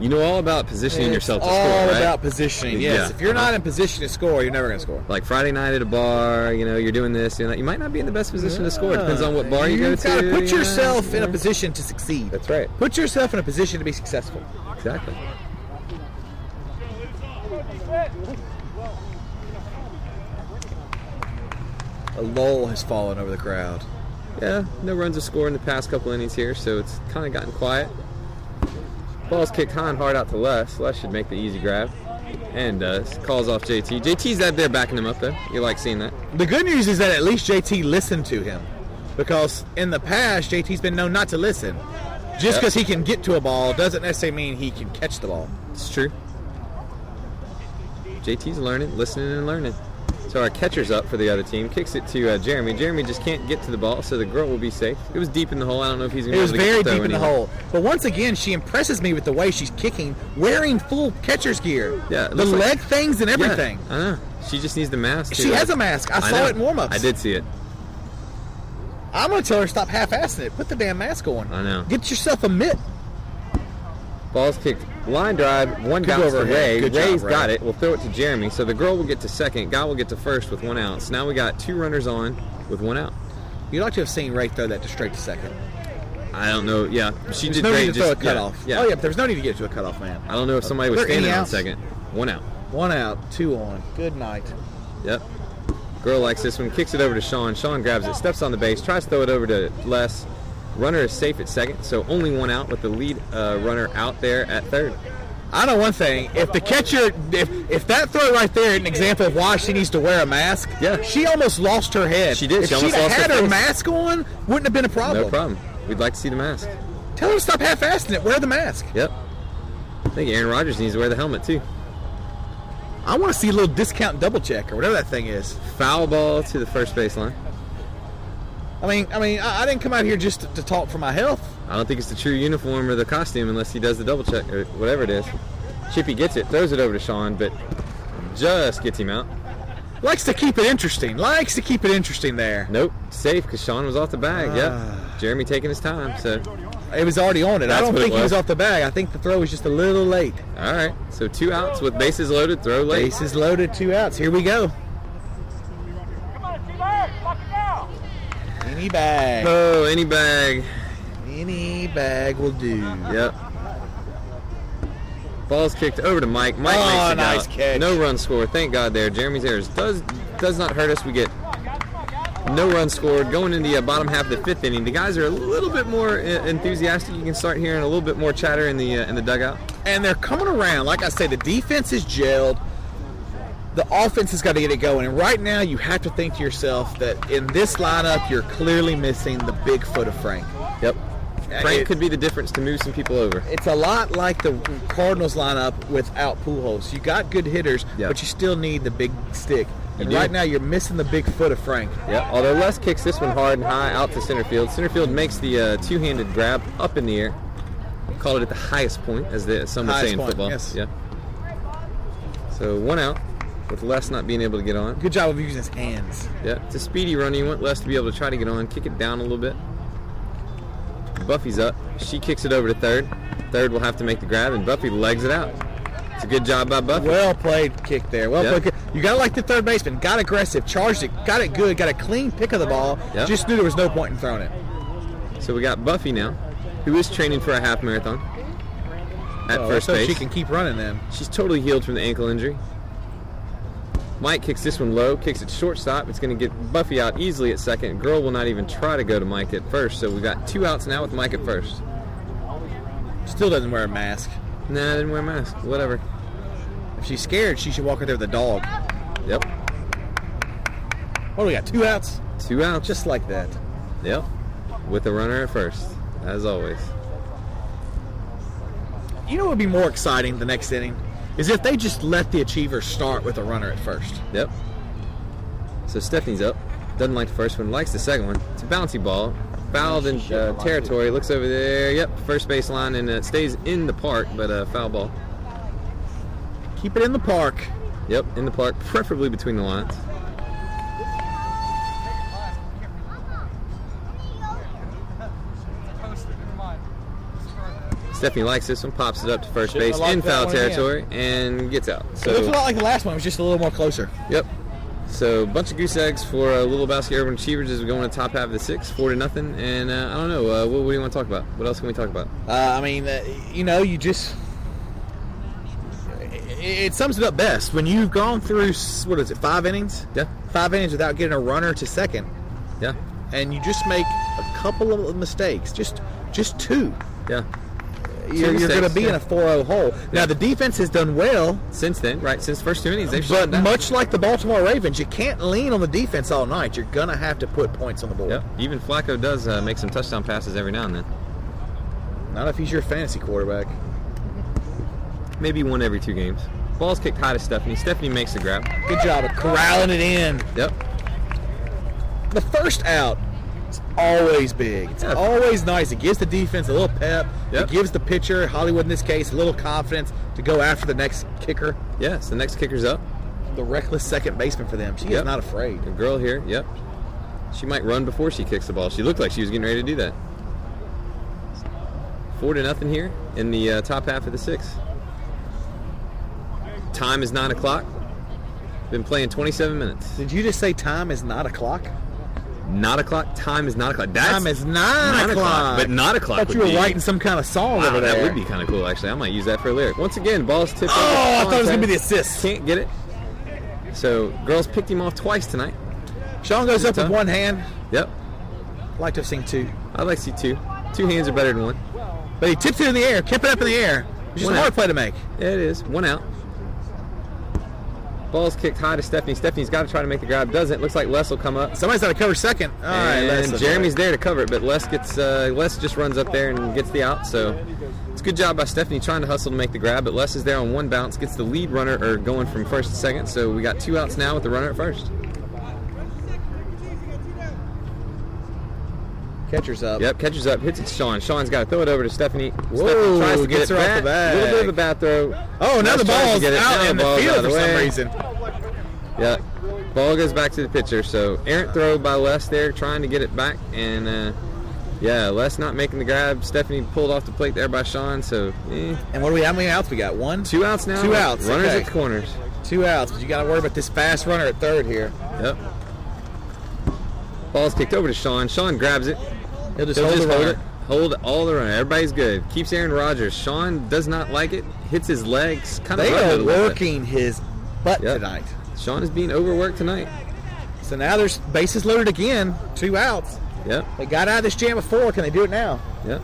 [SPEAKER 1] You know all about positioning
[SPEAKER 2] it's
[SPEAKER 1] yourself to
[SPEAKER 2] all
[SPEAKER 1] score, right?
[SPEAKER 2] about positioning. Yes.
[SPEAKER 1] Yeah.
[SPEAKER 2] If you're not in position to score, you're never going to score.
[SPEAKER 1] like Friday night at a bar, you know, you're doing this, you know, you might not be in the best position to score. It depends on what bar you go
[SPEAKER 2] You've gotta
[SPEAKER 1] to.
[SPEAKER 2] put
[SPEAKER 1] you know,
[SPEAKER 2] yourself
[SPEAKER 1] you
[SPEAKER 2] in a
[SPEAKER 1] know.
[SPEAKER 2] position to succeed.
[SPEAKER 1] That's right.
[SPEAKER 2] Put yourself in a position to be successful.
[SPEAKER 1] Exactly.
[SPEAKER 2] A lull has fallen over the crowd.
[SPEAKER 1] Yeah, no runs of score in the past couple innings here, so it's kind of gotten quiet. Ball's kicked high and hard out to Les. Les should make the easy grab. And uh, calls off JT. JT's out there backing him up, though. You like seeing that.
[SPEAKER 2] The good news is that at least JT listened to him. Because in the past, JT's been known not to listen. Just
[SPEAKER 1] Yep.
[SPEAKER 2] because he can get to a ball doesn't necessarily mean he can catch the ball.
[SPEAKER 1] It's true. JT's learning, listening, and learning. So our catcher's up for the other team. Kicks it to uh, Jeremy. Jeremy just can't get to the ball, so the girl will be safe. It was deep in the hole. I don't know if he's going
[SPEAKER 2] It
[SPEAKER 1] to
[SPEAKER 2] was
[SPEAKER 1] be able to
[SPEAKER 2] very
[SPEAKER 1] get the
[SPEAKER 2] deep
[SPEAKER 1] throw
[SPEAKER 2] in the
[SPEAKER 1] anywhere.
[SPEAKER 2] hole. But once again, she impresses me with the way she's kicking, wearing full catcher's gear.
[SPEAKER 1] Yeah, it
[SPEAKER 2] the
[SPEAKER 1] looks like-
[SPEAKER 2] leg things and
[SPEAKER 1] Yeah,
[SPEAKER 2] everything.
[SPEAKER 1] I know. She just needs the mask.
[SPEAKER 2] She
[SPEAKER 1] too.
[SPEAKER 2] has a mask. I saw
[SPEAKER 1] know.
[SPEAKER 2] it in warm-ups.
[SPEAKER 1] I did see it.
[SPEAKER 2] I'm going to tell her to stop half-assing it. Put the damn mask on.
[SPEAKER 1] I know.
[SPEAKER 2] Get yourself a mitt.
[SPEAKER 1] Ball's kicked. Line drive. One
[SPEAKER 2] Good
[SPEAKER 1] bounce to
[SPEAKER 2] overhead.
[SPEAKER 1] Ray.
[SPEAKER 2] Good job,
[SPEAKER 1] Ray's
[SPEAKER 2] Ray.
[SPEAKER 1] got it. We'll throw it to Jeremy. So the girl will get to second. Guy will get to first with one out. So now we got two runners on with one out.
[SPEAKER 2] You'd like to have seen Ray throw that to straight to second.
[SPEAKER 1] I don't know. Yeah, she
[SPEAKER 2] There's
[SPEAKER 1] did
[SPEAKER 2] no
[SPEAKER 1] great.
[SPEAKER 2] need to
[SPEAKER 1] just,
[SPEAKER 2] throw a cutoff.
[SPEAKER 1] Yeah, yeah.
[SPEAKER 2] Oh, yeah, but there's no need to get to a cutoff, man.
[SPEAKER 1] I don't know if somebody was
[SPEAKER 2] Are there any
[SPEAKER 1] standing on
[SPEAKER 2] outs?
[SPEAKER 1] second. One out.
[SPEAKER 2] One out, two on. Good night.
[SPEAKER 1] Yep. Girl likes this one. Kicks it over to Sean. Sean grabs it, steps on the base, tries to throw it over to Les. Runner is safe at second, so only one out with the lead uh, runner out there at third.
[SPEAKER 2] I know one thing. If the catcher, if if that throw right there is an example of why she needs to wear a mask.
[SPEAKER 1] Yeah.
[SPEAKER 2] She almost lost her head.
[SPEAKER 1] She did.
[SPEAKER 2] If
[SPEAKER 1] She almost
[SPEAKER 2] would
[SPEAKER 1] lost her
[SPEAKER 2] had her,
[SPEAKER 1] face.
[SPEAKER 2] mask on, wouldn't have been a problem.
[SPEAKER 1] No problem. We'd like to see the mask.
[SPEAKER 2] Tell her to stop half-assing it. Wear the mask.
[SPEAKER 1] Yep. I think Aaron Rodgers needs to wear the helmet too.
[SPEAKER 2] I want to see a little discount double check or whatever that thing is.
[SPEAKER 1] Foul ball to the first baseline.
[SPEAKER 2] I mean, I mean, I, I didn't come out here just to, to talk for my health.
[SPEAKER 1] I don't think it's the true uniform or the costume unless he does the double check or whatever it is. Chippy gets it, throws it over to Sean, but just gets him out.
[SPEAKER 2] Likes to keep it interesting. Likes to keep it interesting there.
[SPEAKER 1] Nope, safe because Sean was off the bag.
[SPEAKER 2] Ah.
[SPEAKER 1] yep, Jeremy taking his time. So,
[SPEAKER 2] It was already on it. I
[SPEAKER 1] That's
[SPEAKER 2] don't
[SPEAKER 1] what it
[SPEAKER 2] think he
[SPEAKER 1] was.
[SPEAKER 2] was off the bag. I think the throw was just a little late.
[SPEAKER 1] all right, so two outs with bases loaded, throw late.
[SPEAKER 2] Bases loaded, two outs. Here we go.
[SPEAKER 3] Come on, T-Bird, lock it down.
[SPEAKER 2] Any bag.
[SPEAKER 1] Oh, any bag.
[SPEAKER 2] Any bag will do.
[SPEAKER 1] Yep. Ball's kicked over to Mike. Mike
[SPEAKER 2] Oh,
[SPEAKER 1] makes it
[SPEAKER 2] nice
[SPEAKER 1] out.
[SPEAKER 2] catch.
[SPEAKER 1] No run score. Thank God there. Jeremy's errors does does not hurt us. We get no run scored. Going into the uh, bottom half of the fifth inning, the guys are a little bit more en- enthusiastic. You can start hearing a little bit more chatter in the uh, in the dugout.
[SPEAKER 2] And they're coming around. Like I said, the defense is gelled. The offense has got to get it going. And right now, you have to think to yourself that in this lineup, you're clearly missing the big foot of Frank.
[SPEAKER 1] Yep. Frank
[SPEAKER 2] it-
[SPEAKER 1] could be the difference to move some people over.
[SPEAKER 2] It's a lot like the Cardinals lineup without Pujols. You got good hitters,
[SPEAKER 1] Yeah.
[SPEAKER 2] but you still need the big stick. And
[SPEAKER 1] do.
[SPEAKER 2] right now, you're missing the big foot of Frank.
[SPEAKER 1] Yeah, although Les kicks this one hard and high out to center field. Center field makes the uh, two-handed grab up in the air. Call it at the highest point, as the, some would
[SPEAKER 2] Highest
[SPEAKER 1] say in
[SPEAKER 2] point,
[SPEAKER 1] football.
[SPEAKER 2] yes.
[SPEAKER 1] Yeah. So one out, with Les not being able to get on.
[SPEAKER 2] Good job of using his hands.
[SPEAKER 1] Yeah, it's a speedy run. You want Les to be able to try to get on, kick it down a little bit. Buffy's up. She kicks it over to third. Third will have to make the grab, and Buffy legs it out. It's a good job by Buffy.
[SPEAKER 2] Well played kick there. Well
[SPEAKER 1] Yep.
[SPEAKER 2] played. You got to like the third baseman. Got aggressive, charged it, got it good, got a clean pick of the ball.
[SPEAKER 1] Yep.
[SPEAKER 2] Just knew there was no point in throwing it.
[SPEAKER 1] So we got Buffy now, who is training for a half marathon at
[SPEAKER 2] So-
[SPEAKER 1] first
[SPEAKER 2] so
[SPEAKER 1] base.
[SPEAKER 2] Oh, she can keep running then.
[SPEAKER 1] She's totally healed from the ankle injury. Mike kicks this one low, kicks it shortstop. It's going to get Buffy out easily at second. Girl will not even try to go to Mike at first, so we got two outs now with Mike at first.
[SPEAKER 2] Still doesn't wear a mask.
[SPEAKER 1] Nah, I didn't wear a mask. Whatever.
[SPEAKER 2] If she's scared, she should walk out there with a dog.
[SPEAKER 1] Yep.
[SPEAKER 2] What do we got? Two outs,
[SPEAKER 1] Two outs.
[SPEAKER 2] just like that.
[SPEAKER 1] Yep. With a runner at first, as always.
[SPEAKER 2] You know what would be more exciting the next inning is if they just let the achiever start with a runner at first.
[SPEAKER 1] Yep. So Stephanie's up. Doesn't like the first one, likes the second one. It's a bouncy ball. Fouled in uh, territory. Looks over there. Yep. First baseline and uh, stays in the park, but a uh, foul ball.
[SPEAKER 2] Keep it in the park.
[SPEAKER 1] Yep, in the park, preferably between the lines. Stephanie likes this one, pops it up to first
[SPEAKER 2] Shouldn't
[SPEAKER 1] base
[SPEAKER 2] have locked
[SPEAKER 1] in
[SPEAKER 2] that
[SPEAKER 1] foul
[SPEAKER 2] one in.
[SPEAKER 1] territory, and gets out.
[SPEAKER 2] It looked a
[SPEAKER 1] So,
[SPEAKER 2] lot like the last one. It was just a little more closer.
[SPEAKER 1] yep. So, bunch of goose eggs for uh, Little Basket Urban Achievers as we go in the top half of the six, four to nothing. And uh, I don't know, uh, what, what do you want to talk about? What else can we talk about?
[SPEAKER 2] Uh, I mean, uh, you know, you just. It, it sums it up best. When you've gone through, s- what is it, five innings?
[SPEAKER 1] Yeah,
[SPEAKER 2] Five innings without getting a runner to second,
[SPEAKER 1] yeah,
[SPEAKER 2] and you just make a couple of mistakes, just just two,
[SPEAKER 1] yeah.
[SPEAKER 2] you're, you're going to
[SPEAKER 1] mistakes,
[SPEAKER 2] be in
[SPEAKER 1] yeah.
[SPEAKER 2] a 4 0 hole. Now, the defense has done well,
[SPEAKER 1] Since then, right, since first two innings, they've shut
[SPEAKER 2] but
[SPEAKER 1] down.
[SPEAKER 2] much like the Baltimore Ravens, you can't lean on the defense all night. You're going to have to put points on the board.
[SPEAKER 1] Yep, even Flacco does uh, make some touchdown passes every now and then.
[SPEAKER 2] Not if he's your fantasy quarterback.
[SPEAKER 1] maybe one every two games. Ball's kicked high to Stephanie. Stephanie makes the grab.
[SPEAKER 2] Good job of corralling it in.
[SPEAKER 1] Yep.
[SPEAKER 2] the first out it's always big. It's
[SPEAKER 1] Yeah.
[SPEAKER 2] always nice. It gives the defense a little pep.
[SPEAKER 1] Yep.
[SPEAKER 2] It gives the pitcher, Hollywood in this case, a little confidence to go after the next kicker.
[SPEAKER 1] Yeah, so the next kicker's up.
[SPEAKER 2] The reckless second baseman for them. She
[SPEAKER 1] Yep.
[SPEAKER 2] is not afraid.
[SPEAKER 1] The girl here, yep. She might run before she kicks the ball. She looked like she was getting ready to do that. Four to nothing here in the uh, top half of the sixth. Time is nine o'clock. Been playing 27 minutes.
[SPEAKER 2] Did you just say time is not a clock?
[SPEAKER 1] Not o'clock. Time is not o'clock. That's
[SPEAKER 2] time is nine, o'clock.
[SPEAKER 1] But not o'clock.
[SPEAKER 2] I thought
[SPEAKER 1] would
[SPEAKER 2] you were
[SPEAKER 1] be-
[SPEAKER 2] writing some kind of song
[SPEAKER 1] Wow,
[SPEAKER 2] over there.
[SPEAKER 1] that would be kind of cool, actually. I might use that for a lyric. Once again, ball's tipped. over.
[SPEAKER 2] Oh, I thought it was gonna be the assist.
[SPEAKER 1] Can't get it. So girls picked him off twice tonight.
[SPEAKER 2] Sean goes up
[SPEAKER 1] Time.
[SPEAKER 2] with one hand.
[SPEAKER 1] Yep.
[SPEAKER 2] Like to have seen two,
[SPEAKER 1] I'd like to see two. Two hands are better than one.
[SPEAKER 2] but he tipped it in the air, kept it up in the air. It's just
[SPEAKER 1] One
[SPEAKER 2] a hard
[SPEAKER 1] out.
[SPEAKER 2] play to make.
[SPEAKER 1] Yeah, it is. One out. Ball's kicked high to Stephanie. Stephanie's got to try to make the grab. Doesn't. Looks like Les will come up.
[SPEAKER 2] Somebody's got to cover second. All right,
[SPEAKER 1] and
[SPEAKER 2] let's-
[SPEAKER 1] Jeremy's there to cover it, but Les gets uh, Les just runs up there and gets the out. So it's a good job by Stephanie trying to hustle to make the grab, but Les is there on one bounce, gets the lead runner or going from first to second. So we got two outs now with the runner at first.
[SPEAKER 2] Catcher's up.
[SPEAKER 1] Yep, catches up, hits it to Sean. Sean's got to throw it over to Stephanie.
[SPEAKER 2] Whoa,
[SPEAKER 1] Stephanie tries to get
[SPEAKER 2] gets
[SPEAKER 1] it
[SPEAKER 2] her off
[SPEAKER 1] back.
[SPEAKER 2] the bag.
[SPEAKER 1] A little bit of a bad throw.
[SPEAKER 2] Oh, now
[SPEAKER 1] Nice
[SPEAKER 2] the
[SPEAKER 1] try to
[SPEAKER 2] ball's
[SPEAKER 1] get it.
[SPEAKER 2] out
[SPEAKER 1] Now
[SPEAKER 2] in the
[SPEAKER 1] ball's out
[SPEAKER 2] field
[SPEAKER 1] of
[SPEAKER 2] for
[SPEAKER 1] the
[SPEAKER 2] some
[SPEAKER 1] way.
[SPEAKER 2] reason.
[SPEAKER 1] Yeah, ball goes back to the pitcher. So errant throw by Les there, trying to get it back, and uh, yeah, Les not making the grab. Stephanie pulled off the plate there by Sean. So eh,
[SPEAKER 2] And what do we? How many outs we got? One, two,
[SPEAKER 1] two outs now.
[SPEAKER 2] Two outs,
[SPEAKER 1] Runners
[SPEAKER 2] okay.
[SPEAKER 1] at the corners.
[SPEAKER 2] two outs. But you got to worry about this fast runner at third here.
[SPEAKER 1] Yep. Ball's kicked over to Sean. Sean grabs it.
[SPEAKER 2] He'll just
[SPEAKER 1] He'll
[SPEAKER 2] hold
[SPEAKER 1] just
[SPEAKER 2] the
[SPEAKER 1] hold it.
[SPEAKER 2] runner.
[SPEAKER 1] Hold all the runner. Everybody's good. Keeps Aaron Rodgers. Sean does not like it. Hits his legs. Kind of
[SPEAKER 2] They are working his butt
[SPEAKER 1] Yep.
[SPEAKER 2] tonight.
[SPEAKER 1] Sean is being overworked tonight.
[SPEAKER 2] So now there's bases loaded again. Two outs.
[SPEAKER 1] Yep.
[SPEAKER 2] They got out of this jam before. Can they do it now?
[SPEAKER 1] Yep.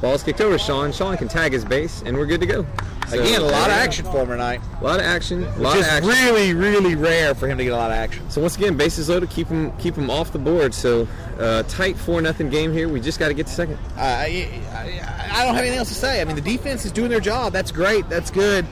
[SPEAKER 1] Ball's kicked over to Sean. Sean can tag his base, and we're good to go. So,
[SPEAKER 2] Again, a lot of
[SPEAKER 1] there you
[SPEAKER 2] action for him tonight.
[SPEAKER 1] go. A lot of action. A lot of
[SPEAKER 2] Just
[SPEAKER 1] action.
[SPEAKER 2] really, really rare for him to get a lot of action.
[SPEAKER 1] So once again, bases loaded. Keep him, keep him off the board. So uh, tight four nothing game here. We just got to get to second.
[SPEAKER 2] Uh, I, I, I don't have anything else to say. I mean, the defense is doing their job. That's great. That's good.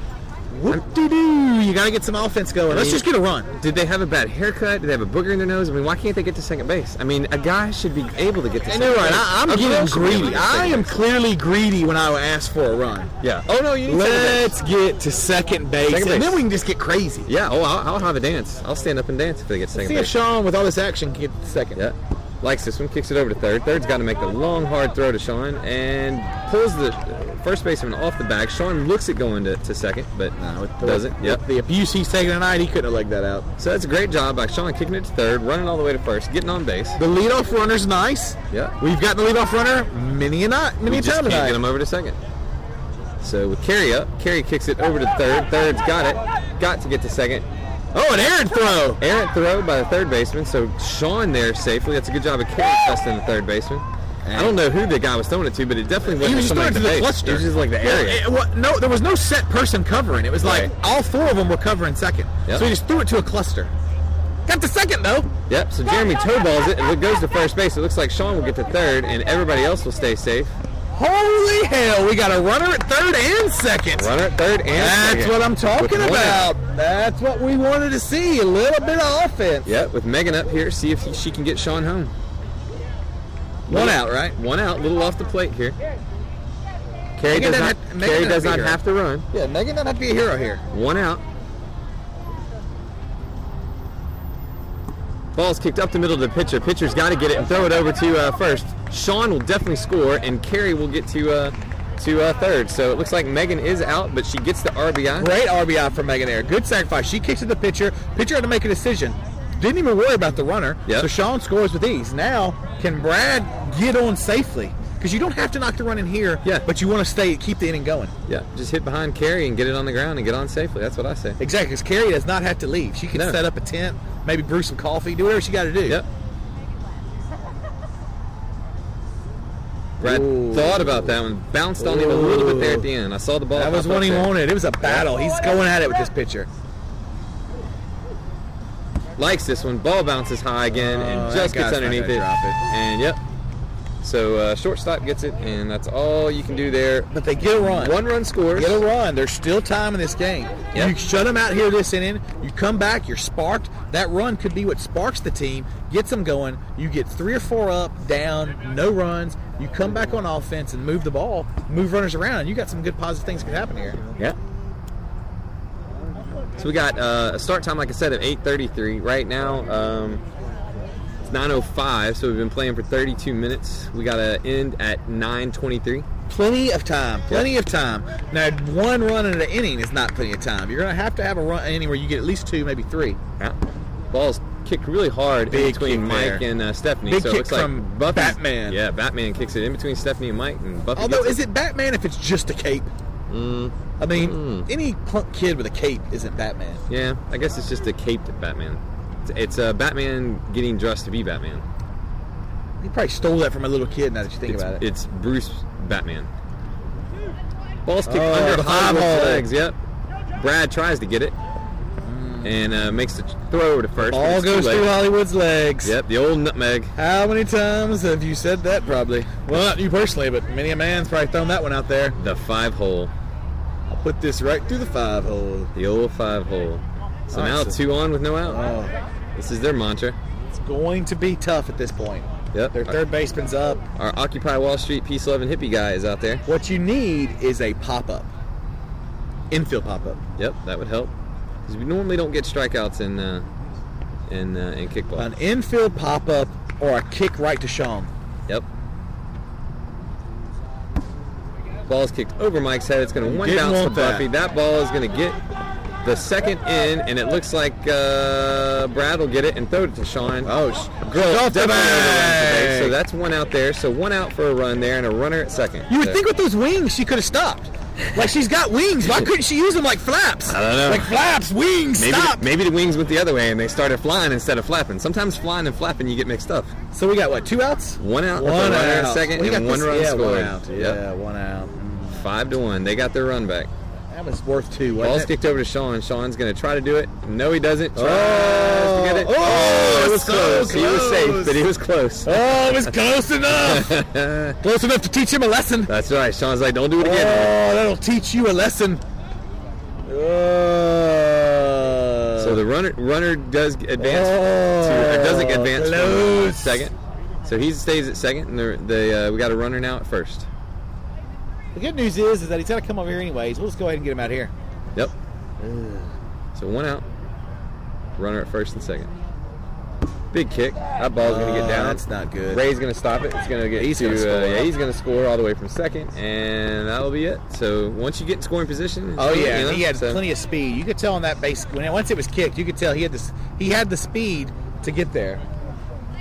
[SPEAKER 2] Whoop doo doo. You got to get some offense going. Let's
[SPEAKER 1] mean-
[SPEAKER 2] just get a run.
[SPEAKER 1] Did they have a bad haircut? Did they have a booger in their nose? I mean, why can't they get to second base? I mean, a guy should be able to get to
[SPEAKER 2] And
[SPEAKER 1] second
[SPEAKER 2] you're right.
[SPEAKER 1] base.
[SPEAKER 2] I,
[SPEAKER 1] A
[SPEAKER 2] I'm
[SPEAKER 1] girl should be able
[SPEAKER 2] getting
[SPEAKER 1] to
[SPEAKER 2] greedy.
[SPEAKER 1] get to second
[SPEAKER 2] I am
[SPEAKER 1] base.
[SPEAKER 2] clearly greedy when I ask for a run.
[SPEAKER 1] Yeah. Oh no, you need second base.
[SPEAKER 2] Let's get to second base,
[SPEAKER 1] Second
[SPEAKER 2] and
[SPEAKER 1] base.
[SPEAKER 2] then we can just get crazy.
[SPEAKER 1] Yeah. Oh, I'll, I'll have a dance. I'll stand up and dance if they get to second
[SPEAKER 2] See if
[SPEAKER 1] base.
[SPEAKER 2] Sean, with all this action, can get to second.
[SPEAKER 1] Yeah. Likes this one, kicks it over to third. Third's got to make the long, hard throw to Sean and pulls the uh, first baseman off the bag. Sean looks at going to, to second, but
[SPEAKER 2] No, with the,
[SPEAKER 1] doesn't.
[SPEAKER 2] with
[SPEAKER 1] Yep.
[SPEAKER 2] the abuse he's taking tonight, he couldn't have legged that out.
[SPEAKER 1] So that's a great job by Sean kicking it to third, running all the way to first, getting on base.
[SPEAKER 2] The leadoff runner's nice.
[SPEAKER 1] Yeah.
[SPEAKER 2] We've got the leadoff runner many a night, many
[SPEAKER 1] We
[SPEAKER 2] a
[SPEAKER 1] just
[SPEAKER 2] time
[SPEAKER 1] can't
[SPEAKER 2] tonight.
[SPEAKER 1] get him over to second. So with carry up, carry kicks it over to third. Third's got it. Got to get to second.
[SPEAKER 2] Oh, an errant throw.
[SPEAKER 1] Errant throw by the third baseman. So Sean there safely. That's a good job of carry testing the third baseman. I don't know who the guy was throwing it to, but it definitely wasn't
[SPEAKER 2] He was just
[SPEAKER 1] somebody
[SPEAKER 2] going
[SPEAKER 1] at
[SPEAKER 2] to
[SPEAKER 1] base.
[SPEAKER 2] the cluster.
[SPEAKER 1] It was just like the
[SPEAKER 2] Well,
[SPEAKER 1] area.
[SPEAKER 2] it wa- no, there was no set person covering. It was like
[SPEAKER 1] Right.
[SPEAKER 2] all four of them were covering second.
[SPEAKER 1] Yep.
[SPEAKER 2] So he just threw it to a cluster. Got the second though.
[SPEAKER 1] Yep, so Jeremy toe balls it and it goes to first base. It looks like Sean will get to third and everybody else will stay safe.
[SPEAKER 2] Holy hell! We got a runner at third and second.
[SPEAKER 1] Runner at third and
[SPEAKER 2] That's
[SPEAKER 1] second.
[SPEAKER 2] what I'm talking
[SPEAKER 1] With one out.
[SPEAKER 2] about. That's what we wanted to see. A little bit of offense.
[SPEAKER 1] Yep, with Megan up here, see if he- she can get Sean home.
[SPEAKER 2] One out, right?
[SPEAKER 1] One out, little off the plate here. Carey does
[SPEAKER 2] Megan doesn't
[SPEAKER 1] not,
[SPEAKER 2] have- Megan
[SPEAKER 1] Carey
[SPEAKER 2] doesn't
[SPEAKER 1] does
[SPEAKER 2] have
[SPEAKER 1] not
[SPEAKER 2] to be
[SPEAKER 1] have to run.
[SPEAKER 2] Yeah, Megan doesn't have to be a hero here.
[SPEAKER 1] One out. Ball's kicked up the middle to the pitcher. Pitcher's got to get it and throw it over to uh, first. Sean will definitely score, and Carey will get to uh, to uh, third. So it looks like Megan is out, but she gets the RBI.
[SPEAKER 2] Great RBI for Megan Air. Good sacrifice. She kicks at the pitcher. Pitcher had to make a decision. Didn't even worry about the runner.
[SPEAKER 1] Yep.
[SPEAKER 2] So Sean scores with ease. Now, can Brad get on safely? Because you don't have to knock the run in here.
[SPEAKER 1] Yeah.
[SPEAKER 2] But you want to stay, keep the inning going.
[SPEAKER 1] Yeah, just hit behind Carey and get it on the ground and get on safely. That's what I say.
[SPEAKER 2] Exactly. Because Carrie does not have to leave. She can
[SPEAKER 1] No.
[SPEAKER 2] set up a tent, maybe brew some coffee, do whatever she got to do.
[SPEAKER 1] Yep. Brad
[SPEAKER 2] Ooh.
[SPEAKER 1] thought about that one. Bounced on him a little bit there at the end. I saw the ball.
[SPEAKER 2] That was
[SPEAKER 1] pop up
[SPEAKER 2] what he
[SPEAKER 1] there.
[SPEAKER 2] wanted. It was a battle. He's going at it with this pitcher.
[SPEAKER 1] Likes this one. Ball bounces high again
[SPEAKER 2] Oh,
[SPEAKER 1] and
[SPEAKER 2] that
[SPEAKER 1] just
[SPEAKER 2] guy's
[SPEAKER 1] gets
[SPEAKER 2] not
[SPEAKER 1] underneath
[SPEAKER 2] gonna
[SPEAKER 1] it.
[SPEAKER 2] drop it.
[SPEAKER 1] And yep. So uh, shortstop gets it, and that's all you can do there.
[SPEAKER 2] But they get a run.
[SPEAKER 1] One run scores.
[SPEAKER 2] Get a run. There's still time in this game.
[SPEAKER 1] Yep.
[SPEAKER 2] You shut them out here this inning. You come back. You're sparked. That run could be what sparks the team, gets them going. You get three or four up, down, no runs. You come back on offense and move the ball, move runners around. You got some good positive things could happen here.
[SPEAKER 1] Yeah. So we got uh, a start time, like I said, at 8:33. Right now, um, it's 9:05. So we've been playing for 32 minutes. We got to end at 9:23.
[SPEAKER 2] Plenty of time. Plenty of time. Now, one run in an inning is not plenty of time. You're going to have to have a run inning where you get at least two, maybe three.
[SPEAKER 1] Yeah. Ball's kicked really hard in
[SPEAKER 2] Big
[SPEAKER 1] between
[SPEAKER 2] kick
[SPEAKER 1] Mike
[SPEAKER 2] there.
[SPEAKER 1] and uh, Stephanie.
[SPEAKER 2] Big
[SPEAKER 1] so it
[SPEAKER 2] kick
[SPEAKER 1] looks like
[SPEAKER 2] from
[SPEAKER 1] Buffy's-
[SPEAKER 2] Batman.
[SPEAKER 1] Yeah, Batman kicks it in between Stephanie and Mike, and Buffy.
[SPEAKER 2] Although,
[SPEAKER 1] gets Mm.
[SPEAKER 2] is it Batman if it's just a cape? I mean, any punk kid with a cape isn't Batman.
[SPEAKER 1] Yeah, I guess it's just a caped Batman. It's, it's uh, Batman getting dressed to be Batman.
[SPEAKER 2] You probably stole that from a little kid. Now that you think
[SPEAKER 1] It's,
[SPEAKER 2] about it,
[SPEAKER 1] it's Bruce Batman. Ball's kicked
[SPEAKER 2] Oh,
[SPEAKER 1] under
[SPEAKER 2] high
[SPEAKER 1] Hollywood's
[SPEAKER 2] ball.
[SPEAKER 1] legs. Yep. Brad tries to get it and uh, makes the throw to first. but
[SPEAKER 2] all
[SPEAKER 1] it's too
[SPEAKER 2] goes
[SPEAKER 1] late.
[SPEAKER 2] through Hollywood's legs.
[SPEAKER 1] Yep, the old nutmeg.
[SPEAKER 2] How many times have you said that? Probably. Well, not you personally, but many a man's probably thrown that one out there.
[SPEAKER 1] The five hole.
[SPEAKER 2] I'll put this right through the five hole.
[SPEAKER 1] The old five hole. So
[SPEAKER 2] All right,
[SPEAKER 1] now
[SPEAKER 2] so-
[SPEAKER 1] two on with no out.
[SPEAKER 2] Oh,
[SPEAKER 1] This is their mantra.
[SPEAKER 2] it's going to be tough at this point.
[SPEAKER 1] Yep.
[SPEAKER 2] Their third baseman's up.
[SPEAKER 1] Our, our Occupy Wall Street Peace Loving Hippie guy is out there.
[SPEAKER 2] What you need is a pop up, infield pop up.
[SPEAKER 1] Yep, that would help. 'Cause we normally don't get strikeouts in uh, in uh, in kickball.
[SPEAKER 2] An infield pop up or a kick right to Sean.
[SPEAKER 1] Yep. Ball's kicked over Mike's head. It's going to one
[SPEAKER 2] Didn't
[SPEAKER 1] bounce to
[SPEAKER 2] want that.
[SPEAKER 1] Buffy. That ball is going to get the second in, and it looks like uh, Brad will get it and throw it to Sean.
[SPEAKER 2] Oh,
[SPEAKER 1] Girl,
[SPEAKER 2] off the
[SPEAKER 1] definitely runs today. So
[SPEAKER 2] bag.
[SPEAKER 1] that's one out there. So one out for a run there and a runner at second.
[SPEAKER 2] You would
[SPEAKER 1] So-
[SPEAKER 2] think with those wings she could have stopped. Like she's got wings. Why couldn't she use them like flaps?
[SPEAKER 1] I don't know.
[SPEAKER 2] Like flaps, wings.
[SPEAKER 1] maybe
[SPEAKER 2] stop.
[SPEAKER 1] The, maybe the wings went the other way and they started flying instead of flapping. Sometimes flying and flapping you get mixed up.
[SPEAKER 2] so we got what? Two outs.
[SPEAKER 1] One out, with a runner at second,
[SPEAKER 2] We
[SPEAKER 1] and
[SPEAKER 2] got
[SPEAKER 1] one
[SPEAKER 2] this-
[SPEAKER 1] run
[SPEAKER 2] yeah,
[SPEAKER 1] scored.
[SPEAKER 2] One out.
[SPEAKER 1] Yep.
[SPEAKER 2] Yeah, one out.
[SPEAKER 1] Five to one. They got their run back.
[SPEAKER 2] That was worth two. wasn't
[SPEAKER 1] Ball's
[SPEAKER 2] it?
[SPEAKER 1] kicked over to Sean. Sean's gonna try to do it. No, he doesn't. Tries
[SPEAKER 2] Oh.
[SPEAKER 1] to get it.
[SPEAKER 2] Oh,
[SPEAKER 1] it was
[SPEAKER 2] so
[SPEAKER 1] close. He was safe,
[SPEAKER 2] close.
[SPEAKER 1] but he was close.
[SPEAKER 2] Oh, it was close enough. close enough to teach him a lesson.
[SPEAKER 1] That's right. Sean's like, don't do it
[SPEAKER 2] Oh,
[SPEAKER 1] again.
[SPEAKER 2] that'll teach you a lesson. Oh.
[SPEAKER 1] so the runner runner does advance.
[SPEAKER 2] Oh,
[SPEAKER 1] to, or doesn't advance from, uh,
[SPEAKER 2] close.
[SPEAKER 1] second. So he stays at second, and the, the uh, we got a runner now at first.
[SPEAKER 2] The good news is, is that he's got to come over here anyways. We'll just go ahead and get him out here.
[SPEAKER 1] Yep. So one out. Runner at first and second. Big kick. That ball's gonna
[SPEAKER 2] Oh,
[SPEAKER 1] get down.
[SPEAKER 2] That's not good.
[SPEAKER 1] Ray's gonna stop it. It's gonna get
[SPEAKER 2] He's
[SPEAKER 1] to,
[SPEAKER 2] gonna score.
[SPEAKER 1] Uh, yeah, he's gonna score all the way from second, and that'll be it. So once you get in scoring position,
[SPEAKER 2] Oh yeah,
[SPEAKER 1] you know,
[SPEAKER 2] and he had
[SPEAKER 1] so-
[SPEAKER 2] plenty of speed. You could tell on that base when once it was kicked, you could tell he had this. He had the speed to get there.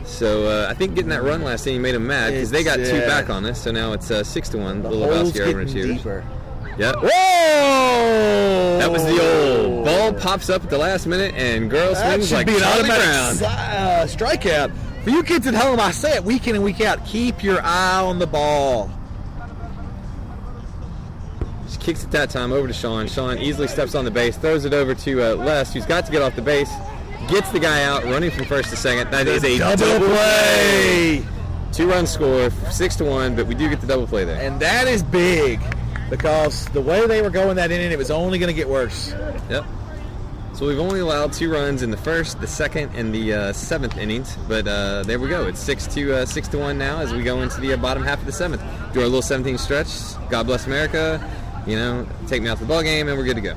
[SPEAKER 1] So uh, I think getting that run last inning made him mad because they got
[SPEAKER 2] It's,
[SPEAKER 1] two
[SPEAKER 2] uh,
[SPEAKER 1] back on us. So now it's uh, six to one.
[SPEAKER 2] The
[SPEAKER 1] Little
[SPEAKER 2] hole's
[SPEAKER 1] Lebowski over
[SPEAKER 2] getting
[SPEAKER 1] Achievers.
[SPEAKER 2] deeper.
[SPEAKER 1] Yep.
[SPEAKER 2] Whoa!
[SPEAKER 1] That was the old ball pops up at the last minute, and girl
[SPEAKER 2] That
[SPEAKER 1] swings
[SPEAKER 2] should
[SPEAKER 1] like
[SPEAKER 2] be an
[SPEAKER 1] Charlie
[SPEAKER 2] automatic si-
[SPEAKER 1] Brown.
[SPEAKER 2] uh, strikeout. For you kids at home, I say it week in and week out. Keep your eye on the ball.
[SPEAKER 1] She kicks it that time over to Sean. Sean easily steps on the base, throws it over to uh, Les, who's got to get off the base. Gets the guy out, running from first to second. That is a
[SPEAKER 2] play,
[SPEAKER 1] Two run score, six to one, but we do get the double play there.
[SPEAKER 2] and that is big because the way they were going that inning, it was only going to get worse.
[SPEAKER 1] Yep. So we've only allowed two runs in the first, the second, and the uh, seventh innings. But uh, there we go. It's six to uh, six to one now as we go into the uh, bottom half of the seventh. Do our little 17 stretch. God bless America. You know, take me out the ball game, and we're good to go.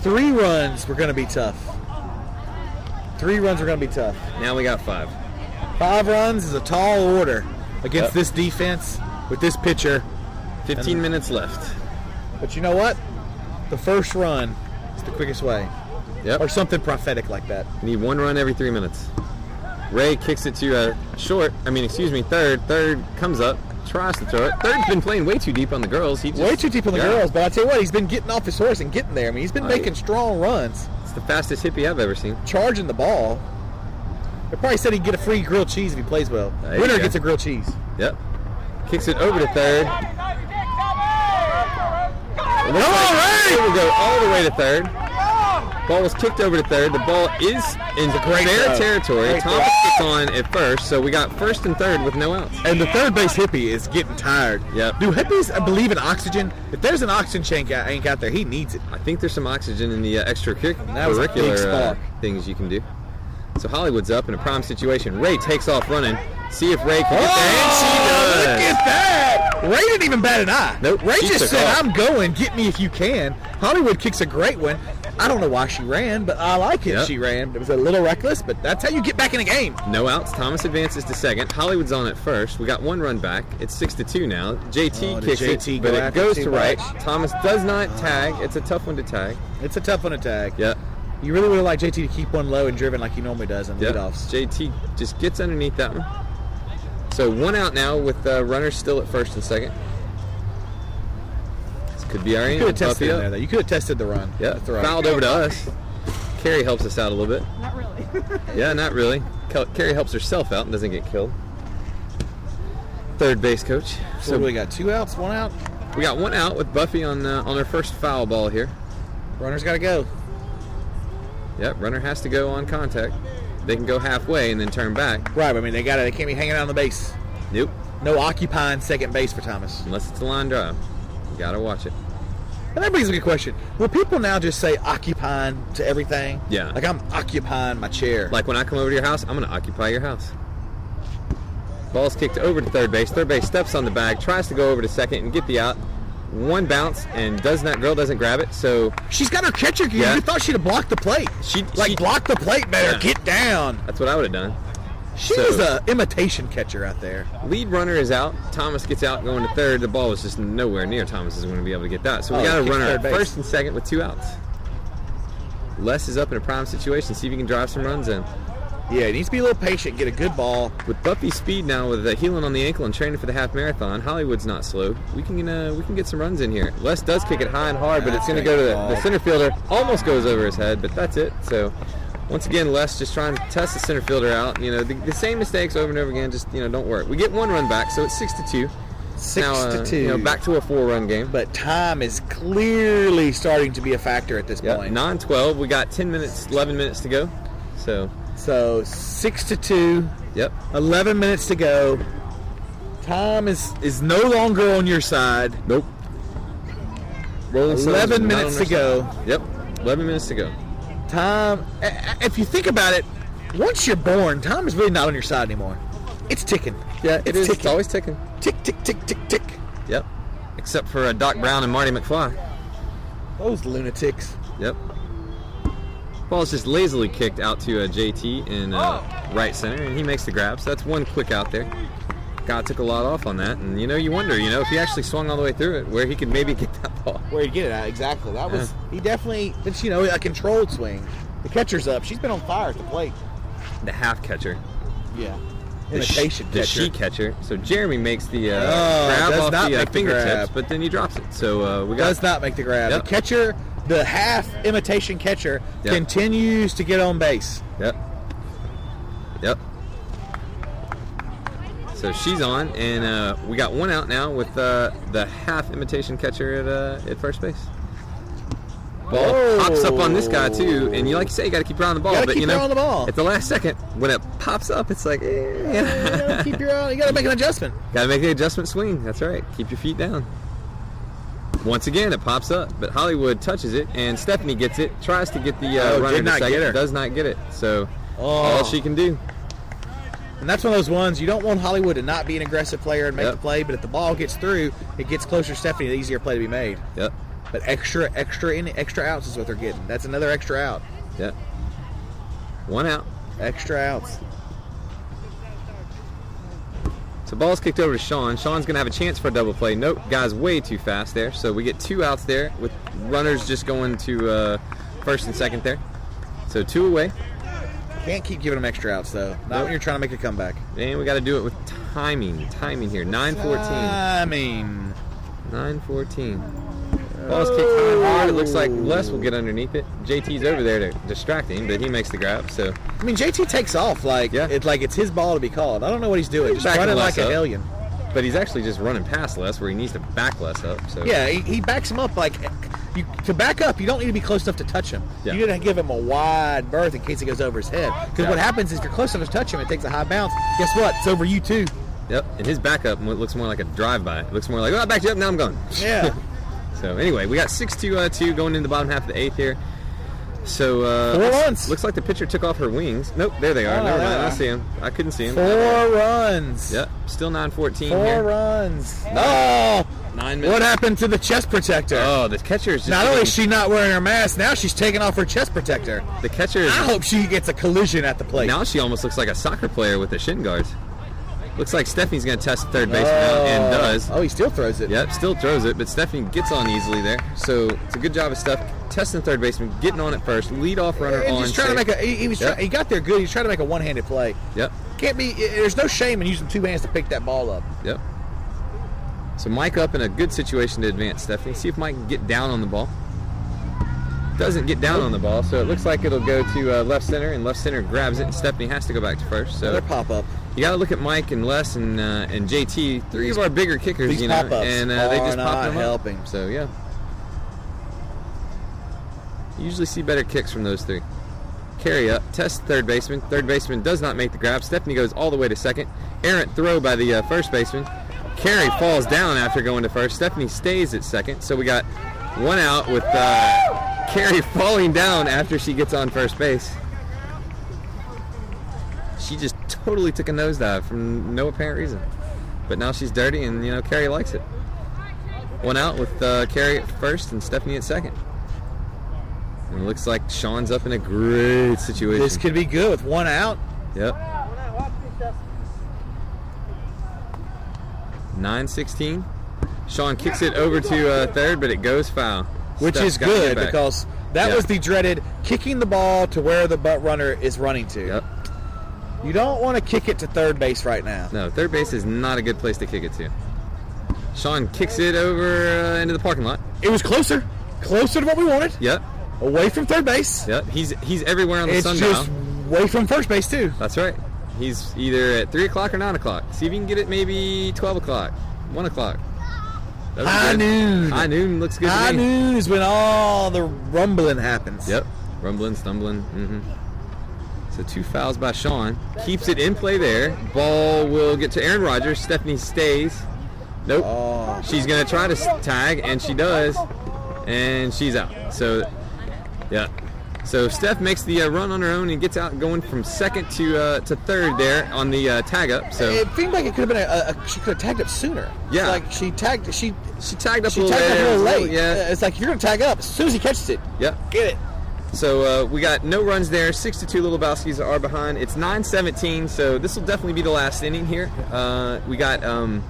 [SPEAKER 2] Three runs were going to be tough. Three runs were going to be tough.
[SPEAKER 1] Now we got five.
[SPEAKER 2] Five runs is a tall order against
[SPEAKER 1] Yep.
[SPEAKER 2] this defense with this pitcher.
[SPEAKER 1] 15 minutes left.
[SPEAKER 2] But you know what? The first run is the quickest way, or
[SPEAKER 1] Yep.
[SPEAKER 2] something prophetic like that.
[SPEAKER 1] We need one run every three minutes. Ray kicks it to uh, short. I mean, excuse me, third. Third comes up, tries to throw it. Third's been playing way too deep on the girls. He just,
[SPEAKER 2] Way too deep on the
[SPEAKER 1] Yeah.
[SPEAKER 2] girls, but I tell you what, he's been getting off his horse and getting there. I mean, he's been
[SPEAKER 1] Oh,
[SPEAKER 2] making
[SPEAKER 1] yeah.
[SPEAKER 2] strong runs,
[SPEAKER 1] It's the fastest hippie I've ever seen.
[SPEAKER 2] charging the ball. They probably said he'd get a free grilled cheese if he plays well.
[SPEAKER 1] There you
[SPEAKER 2] Winner
[SPEAKER 1] go.
[SPEAKER 2] gets a grilled cheese.
[SPEAKER 1] Yep. Kicks it over to third.
[SPEAKER 3] Come
[SPEAKER 1] Come on, Ray! It will go all the way to third. Ball was kicked over to third. The ball is in
[SPEAKER 2] great
[SPEAKER 1] fair
[SPEAKER 2] throw.
[SPEAKER 1] territory.
[SPEAKER 2] Great
[SPEAKER 1] Thomas
[SPEAKER 2] throw.
[SPEAKER 1] gets on at first, so we got first and third with no outs.
[SPEAKER 2] And the third base hippie is getting tired.
[SPEAKER 1] Yep.
[SPEAKER 2] Do hippies uh, believe in oxygen? If there's an oxygen tank out- tank out there, he needs it.
[SPEAKER 1] I think there's some oxygen in the uh,
[SPEAKER 2] That was a big
[SPEAKER 1] extracurricular uh,
[SPEAKER 2] spark.
[SPEAKER 1] things you can do. So Hollywood's up in a prime situation. Ray takes off running. See if Ray can get
[SPEAKER 2] Oh,
[SPEAKER 1] there.
[SPEAKER 2] look
[SPEAKER 1] And she does.
[SPEAKER 2] at that! Ray didn't even bat an eye.
[SPEAKER 1] Nope,
[SPEAKER 2] Ray
[SPEAKER 1] she
[SPEAKER 2] just
[SPEAKER 1] took
[SPEAKER 2] said,
[SPEAKER 1] off.
[SPEAKER 2] "I'm going. Get me if you can." Hollywood kicks a great one. I don't know why she ran, but I like it.
[SPEAKER 1] Yep.
[SPEAKER 2] She ran. It was a little reckless, but that's how you get back in the game.
[SPEAKER 1] No outs. Thomas advances to second. Hollywood's on at first. We got one run back. It's six to two now. JT
[SPEAKER 2] Oh, did
[SPEAKER 1] kicks
[SPEAKER 2] JT
[SPEAKER 1] it,
[SPEAKER 2] go
[SPEAKER 1] but it
[SPEAKER 2] after
[SPEAKER 1] goes
[SPEAKER 2] too
[SPEAKER 1] to right.
[SPEAKER 2] much?
[SPEAKER 1] Thomas does not tag. It's a tough one to tag.
[SPEAKER 2] It's a tough one to tag.
[SPEAKER 1] Yeah.
[SPEAKER 2] You really would have liked JT to keep one low and driven like he normally does in
[SPEAKER 1] Yep.
[SPEAKER 2] leadoffs.
[SPEAKER 1] JT just gets underneath that one. So one out now with uh, runners still at first and second. This could be our
[SPEAKER 2] You
[SPEAKER 1] end.
[SPEAKER 2] could have
[SPEAKER 1] Buffy
[SPEAKER 2] tested it
[SPEAKER 1] up.
[SPEAKER 2] there though. You could have tested the run.
[SPEAKER 1] Yeah,
[SPEAKER 2] the throw.
[SPEAKER 1] fouled over to us. Carrie helps us out a little bit.
[SPEAKER 4] Not really.
[SPEAKER 1] Yeah, not really. Kel- Carrie helps herself out and doesn't get killed. Third base coach.
[SPEAKER 2] So we got two outs, one out.
[SPEAKER 1] We got one out with Buffy on uh, on her first foul ball here.
[SPEAKER 2] Runner's got to go.
[SPEAKER 1] Yep, runner has to go on contact. They can go halfway and then turn back.
[SPEAKER 2] Right. but I mean, they got to. They can't be hanging out on the base.
[SPEAKER 1] Nope,
[SPEAKER 2] No occupying second base for Thomas.
[SPEAKER 1] unless it's a line drive. You gotta watch it.
[SPEAKER 2] And that brings me to a question. Will people now just say occupying to everything?
[SPEAKER 1] Yeah.
[SPEAKER 2] Like I'm occupying my chair.
[SPEAKER 1] Like when I come over to your house, I'm gonna occupy your house. Ball's kicked over to third base. Third base steps on the bag, tries to go over to second and get the out. One bounce and does not girl doesn't grab it. So
[SPEAKER 2] She's got her catcher gear.
[SPEAKER 1] Yeah.
[SPEAKER 2] You thought she'd have blocked the plate.
[SPEAKER 1] She-
[SPEAKER 2] like
[SPEAKER 1] she-
[SPEAKER 2] block the plate better.
[SPEAKER 1] Yeah.
[SPEAKER 2] Get down.
[SPEAKER 1] that's what I would have done.
[SPEAKER 2] She
[SPEAKER 1] So-
[SPEAKER 2] was an imitation catcher out there.
[SPEAKER 1] Lead runner is out. Thomas gets out going to third. The ball was just nowhere near Thomas is going to be able to get that. So we
[SPEAKER 2] Oh,
[SPEAKER 1] got a
[SPEAKER 2] kick
[SPEAKER 1] runner
[SPEAKER 2] third
[SPEAKER 1] at
[SPEAKER 2] base.
[SPEAKER 1] first and second with two outs. Les is up in a prime situation. See if he can drive some runs in.
[SPEAKER 2] Yeah, he needs to be a little patient. Get a good ball.
[SPEAKER 1] With Buffy's speed now, with the healing on the ankle and training for the half marathon, Hollywood's not slow. We can uh, we can get some runs in here. Les does kick it high and hard, but it's going to go to the, the center fielder. Almost goes over his head, but that's it. So, once again, Les just trying to test the center fielder out. You know, the, the same mistakes over and over again. Just you know, don't work. We get one run back, so it's six to two.
[SPEAKER 2] Six
[SPEAKER 1] now, uh,
[SPEAKER 2] to two.
[SPEAKER 1] You know, back to a four-run game.
[SPEAKER 2] but time is clearly starting to be a factor at this
[SPEAKER 1] yeah,
[SPEAKER 2] point.
[SPEAKER 1] nine twelve. We got ten minutes, eleven minutes to go. So,
[SPEAKER 2] so six to two,
[SPEAKER 1] yep.
[SPEAKER 2] 11 minutes to go. Time is is no longer on your side.
[SPEAKER 1] Nope. Rolling Stones
[SPEAKER 2] 11
[SPEAKER 1] not
[SPEAKER 2] minutes
[SPEAKER 1] on
[SPEAKER 2] to
[SPEAKER 1] their
[SPEAKER 2] go.
[SPEAKER 1] side. Yep. Eleven minutes to go.
[SPEAKER 2] Time. a- a- If you think about it, once you're born, time is really not on your side anymore. It's ticking.
[SPEAKER 1] Yeah,
[SPEAKER 2] It's
[SPEAKER 1] is. It's
[SPEAKER 2] ticking.
[SPEAKER 1] always ticking.
[SPEAKER 2] Tick tick tick tick tick.
[SPEAKER 1] Yep. Except for uh, Doc Brown and Marty McFly.
[SPEAKER 2] Those lunatics.
[SPEAKER 1] Yep. Ball's just lazily kicked out to uh, JT in uh, right center, and he makes the grab. So that's one quick out there. God took a lot off on that, and you know you wonder, you know, if he actually swung all the way through it, where he could maybe get that ball.
[SPEAKER 2] Where you get it at exactly. That was he definitely. It's you know a controlled swing. The catcher's up. She's been on fire at the plate.
[SPEAKER 1] The half catcher,
[SPEAKER 2] Yeah.
[SPEAKER 1] the, sh-
[SPEAKER 2] Imitation
[SPEAKER 1] the
[SPEAKER 2] catcher.
[SPEAKER 1] she catcher. So Jeremy makes the uh,
[SPEAKER 2] Oh,
[SPEAKER 1] grab
[SPEAKER 2] does
[SPEAKER 1] off
[SPEAKER 2] not
[SPEAKER 1] the uh,
[SPEAKER 2] make the
[SPEAKER 1] fingertips,
[SPEAKER 2] grab.
[SPEAKER 1] but then he drops it. So uh, we got
[SPEAKER 2] does not make the grab.
[SPEAKER 1] Yep.
[SPEAKER 2] The catcher, the half imitation catcher,
[SPEAKER 1] Yep.
[SPEAKER 2] continues to get on base.
[SPEAKER 1] Yep. Yep. So she's on, and uh, we got one out now with uh, the half imitation catcher at, uh, at first base. Ball
[SPEAKER 2] Oh.
[SPEAKER 1] pops up on this guy too, and you like you say, you got to keep her on the ball.
[SPEAKER 2] Gotta
[SPEAKER 1] but
[SPEAKER 2] keep
[SPEAKER 1] you
[SPEAKER 2] her
[SPEAKER 1] know,
[SPEAKER 2] on the ball.
[SPEAKER 1] at the last second, when it pops up, it's like, eh,
[SPEAKER 2] You gotta keep your eye- you gotta make an adjustment.
[SPEAKER 1] Gotta make the adjustment swing. That's right. Keep your feet down. Once again, it pops up, but Hollywood touches it, and Stephanie gets it. Tries to get the uh,
[SPEAKER 2] Oh, did
[SPEAKER 1] runner to
[SPEAKER 2] not get
[SPEAKER 1] second,
[SPEAKER 2] her.
[SPEAKER 1] does not get it. So
[SPEAKER 2] Oh.
[SPEAKER 1] all she can do.
[SPEAKER 2] And that's one of those ones you don't want Hollywood to not be an aggressive player and make
[SPEAKER 1] Yep.
[SPEAKER 2] the play, but if the ball gets through, it gets closer to Stephanie, the easier play to be made.
[SPEAKER 1] Yep.
[SPEAKER 2] But extra, extra, in, extra outs is what they're getting. That's another extra out.
[SPEAKER 1] Yep. One out.
[SPEAKER 2] Extra outs.
[SPEAKER 1] So ball's kicked over to Sean. Sean's gonna have a chance for a double play. Nope, guy's way too fast there. So we get two outs there with runners just going to uh, first and second there. So two away,
[SPEAKER 2] Can't keep giving them extra outs though. Not
[SPEAKER 1] Nope.
[SPEAKER 2] when you're trying to make a comeback.
[SPEAKER 1] and we got to do it with timing. Timing here. 9-14.
[SPEAKER 2] I mean,
[SPEAKER 1] 9-14. Ball's kicked high and hard. It looks like Les will get underneath it. JT's over there to distract him, but he makes the grab. So
[SPEAKER 2] I mean, JT takes off like
[SPEAKER 1] Yeah.
[SPEAKER 2] it's like it's his ball to be called. I don't know what he's doing. Just
[SPEAKER 1] Back
[SPEAKER 2] running
[SPEAKER 1] Les
[SPEAKER 2] like a
[SPEAKER 1] up.
[SPEAKER 2] hellion.
[SPEAKER 1] but he's actually just running past Les where he needs to back Les up. So
[SPEAKER 2] Yeah, he, he backs him up like you to back up. You don't need to be close enough to touch him.
[SPEAKER 1] Yeah.
[SPEAKER 2] You need to give him a wide berth in case he goes over his head. Because what
[SPEAKER 1] Yeah.
[SPEAKER 2] happens is if you're close enough to touch him, it takes a high bounce. Guess what? It's over you too.
[SPEAKER 1] Yep. And his backup mo- looks more like a drive-by. It looks more like, oh, I backed you up, now I'm gone.
[SPEAKER 2] Yeah,
[SPEAKER 1] So anyway, we got six to uh, two going into the bottom half of the eighth here. So uh,
[SPEAKER 2] Four
[SPEAKER 1] looks-
[SPEAKER 2] runs.
[SPEAKER 1] Looks like the pitcher took off her wings. Nope, there they are.
[SPEAKER 2] Oh,
[SPEAKER 1] Never mind.
[SPEAKER 2] yeah.
[SPEAKER 1] I see him. I couldn't see him.
[SPEAKER 2] four runs.
[SPEAKER 1] Yep. Still nine fourteen
[SPEAKER 2] Four
[SPEAKER 1] here.
[SPEAKER 2] runs. Oh,
[SPEAKER 1] Nine minutes.
[SPEAKER 2] what happened to the chest protector?
[SPEAKER 1] Oh, the catcher is just.
[SPEAKER 2] Not only
[SPEAKER 1] getting-
[SPEAKER 2] is she not wearing her mask, now she's taking off her chest protector.
[SPEAKER 1] the catcher is.
[SPEAKER 2] I hope she gets a collision at the plate.
[SPEAKER 1] Now she almost looks like a soccer player with the shin guards. Looks like Stephanie's going to test third base now and does.
[SPEAKER 2] Oh, he still throws it.
[SPEAKER 1] Yep, still throws it, but Stephanie gets on easily there. So it's a good job of Steph testing third baseman, getting on at first, lead off runner
[SPEAKER 2] And
[SPEAKER 1] on.
[SPEAKER 2] he's trying to
[SPEAKER 1] safe.
[SPEAKER 2] make a. He, he was.
[SPEAKER 1] Yep.
[SPEAKER 2] Try, he got there good. He's trying to make a one-handed play.
[SPEAKER 1] Yep,
[SPEAKER 2] Can't be. There's no shame in using two hands to pick that ball up.
[SPEAKER 1] yep. So Mike up in a good situation to advance Stephanie. See if Mike can get down on the ball. Doesn't get down on the ball, so it looks like it'll go to uh, left center, and left center grabs it, and Stephanie has to go back to first. So
[SPEAKER 2] Another pop up.
[SPEAKER 1] you got to look at Mike and Les and uh, and JT, three of our bigger kickers,
[SPEAKER 2] these
[SPEAKER 1] you know,
[SPEAKER 2] pop-ups
[SPEAKER 1] and uh, they
[SPEAKER 2] are
[SPEAKER 1] just
[SPEAKER 2] not
[SPEAKER 1] pop them
[SPEAKER 2] helping.
[SPEAKER 1] Up. So yeah, you usually see better kicks from those three. Carry up, test third baseman. Third baseman does not make the grab. Stephanie goes all the way to second. Errant throw by the uh, first baseman. Carey falls down after going to first. Stephanie stays at second. So we got one out with uh, Carey falling down after she gets on first base. she just totally took a nosedive from no apparent reason. But now she's dirty, and you know Carrie likes it. One out with uh, Carrie at first and Stephanie at second. And it looks like Sean's up in a great situation.
[SPEAKER 2] This could be good with one out.
[SPEAKER 1] Yep.
[SPEAKER 3] Watch this, Dustin.
[SPEAKER 1] 9-16. Sean kicks it over to uh, third, but it goes foul.
[SPEAKER 2] which
[SPEAKER 1] Steph's
[SPEAKER 2] is
[SPEAKER 1] got to get
[SPEAKER 2] good
[SPEAKER 1] back.
[SPEAKER 2] because that
[SPEAKER 1] Yeah.
[SPEAKER 2] was the dreaded kicking the ball to where the butt runner is running to.
[SPEAKER 1] Yep.
[SPEAKER 2] You don't want to kick it to third base right now.
[SPEAKER 1] No, third base is not a good place to kick it to. Sean kicks it over uh, into the parking lot.
[SPEAKER 2] It was closer, closer to what we wanted,
[SPEAKER 1] Yep,
[SPEAKER 2] away from third base.
[SPEAKER 1] yep. He's he's everywhere on the
[SPEAKER 2] It's
[SPEAKER 1] sundial.
[SPEAKER 2] just way from first base too.
[SPEAKER 1] That's right. He's either at three o'clock or nine o'clock. See if you can get it maybe twelve o'clock, one o'clock. That'd be
[SPEAKER 2] High
[SPEAKER 1] good.
[SPEAKER 2] noon.
[SPEAKER 1] High noon looks good.
[SPEAKER 2] High
[SPEAKER 1] to me.
[SPEAKER 2] noon is when all the rumbling happens.
[SPEAKER 1] Yep. Rumbling, stumbling. hmm So two fouls by Sean. Keeps it in play there. Ball will get to Aaron Rodgers. Stephanie stays. Nope.
[SPEAKER 2] Oh.
[SPEAKER 1] She's gonna try to s- tag, and she does, and she's out. So, yeah. So Steph makes the uh, run on her own and gets out, going from second to uh, to third there on the uh, tag up. So
[SPEAKER 2] It seemed like it could have been a, a she could have tagged up sooner.
[SPEAKER 1] Yeah.
[SPEAKER 2] like she tagged she
[SPEAKER 1] she tagged up
[SPEAKER 2] she
[SPEAKER 1] a little
[SPEAKER 2] tagged up a little
[SPEAKER 1] there.
[SPEAKER 2] late. Uh,
[SPEAKER 1] Yeah.
[SPEAKER 2] it's like if you're gonna tag up as soon as he catches it.
[SPEAKER 1] Yep.
[SPEAKER 2] Get it.
[SPEAKER 1] So uh, we got no runs there. 62 Little Lebowski's are behind. It's 9-17, so this will definitely be the last inning here. Uh, we got um,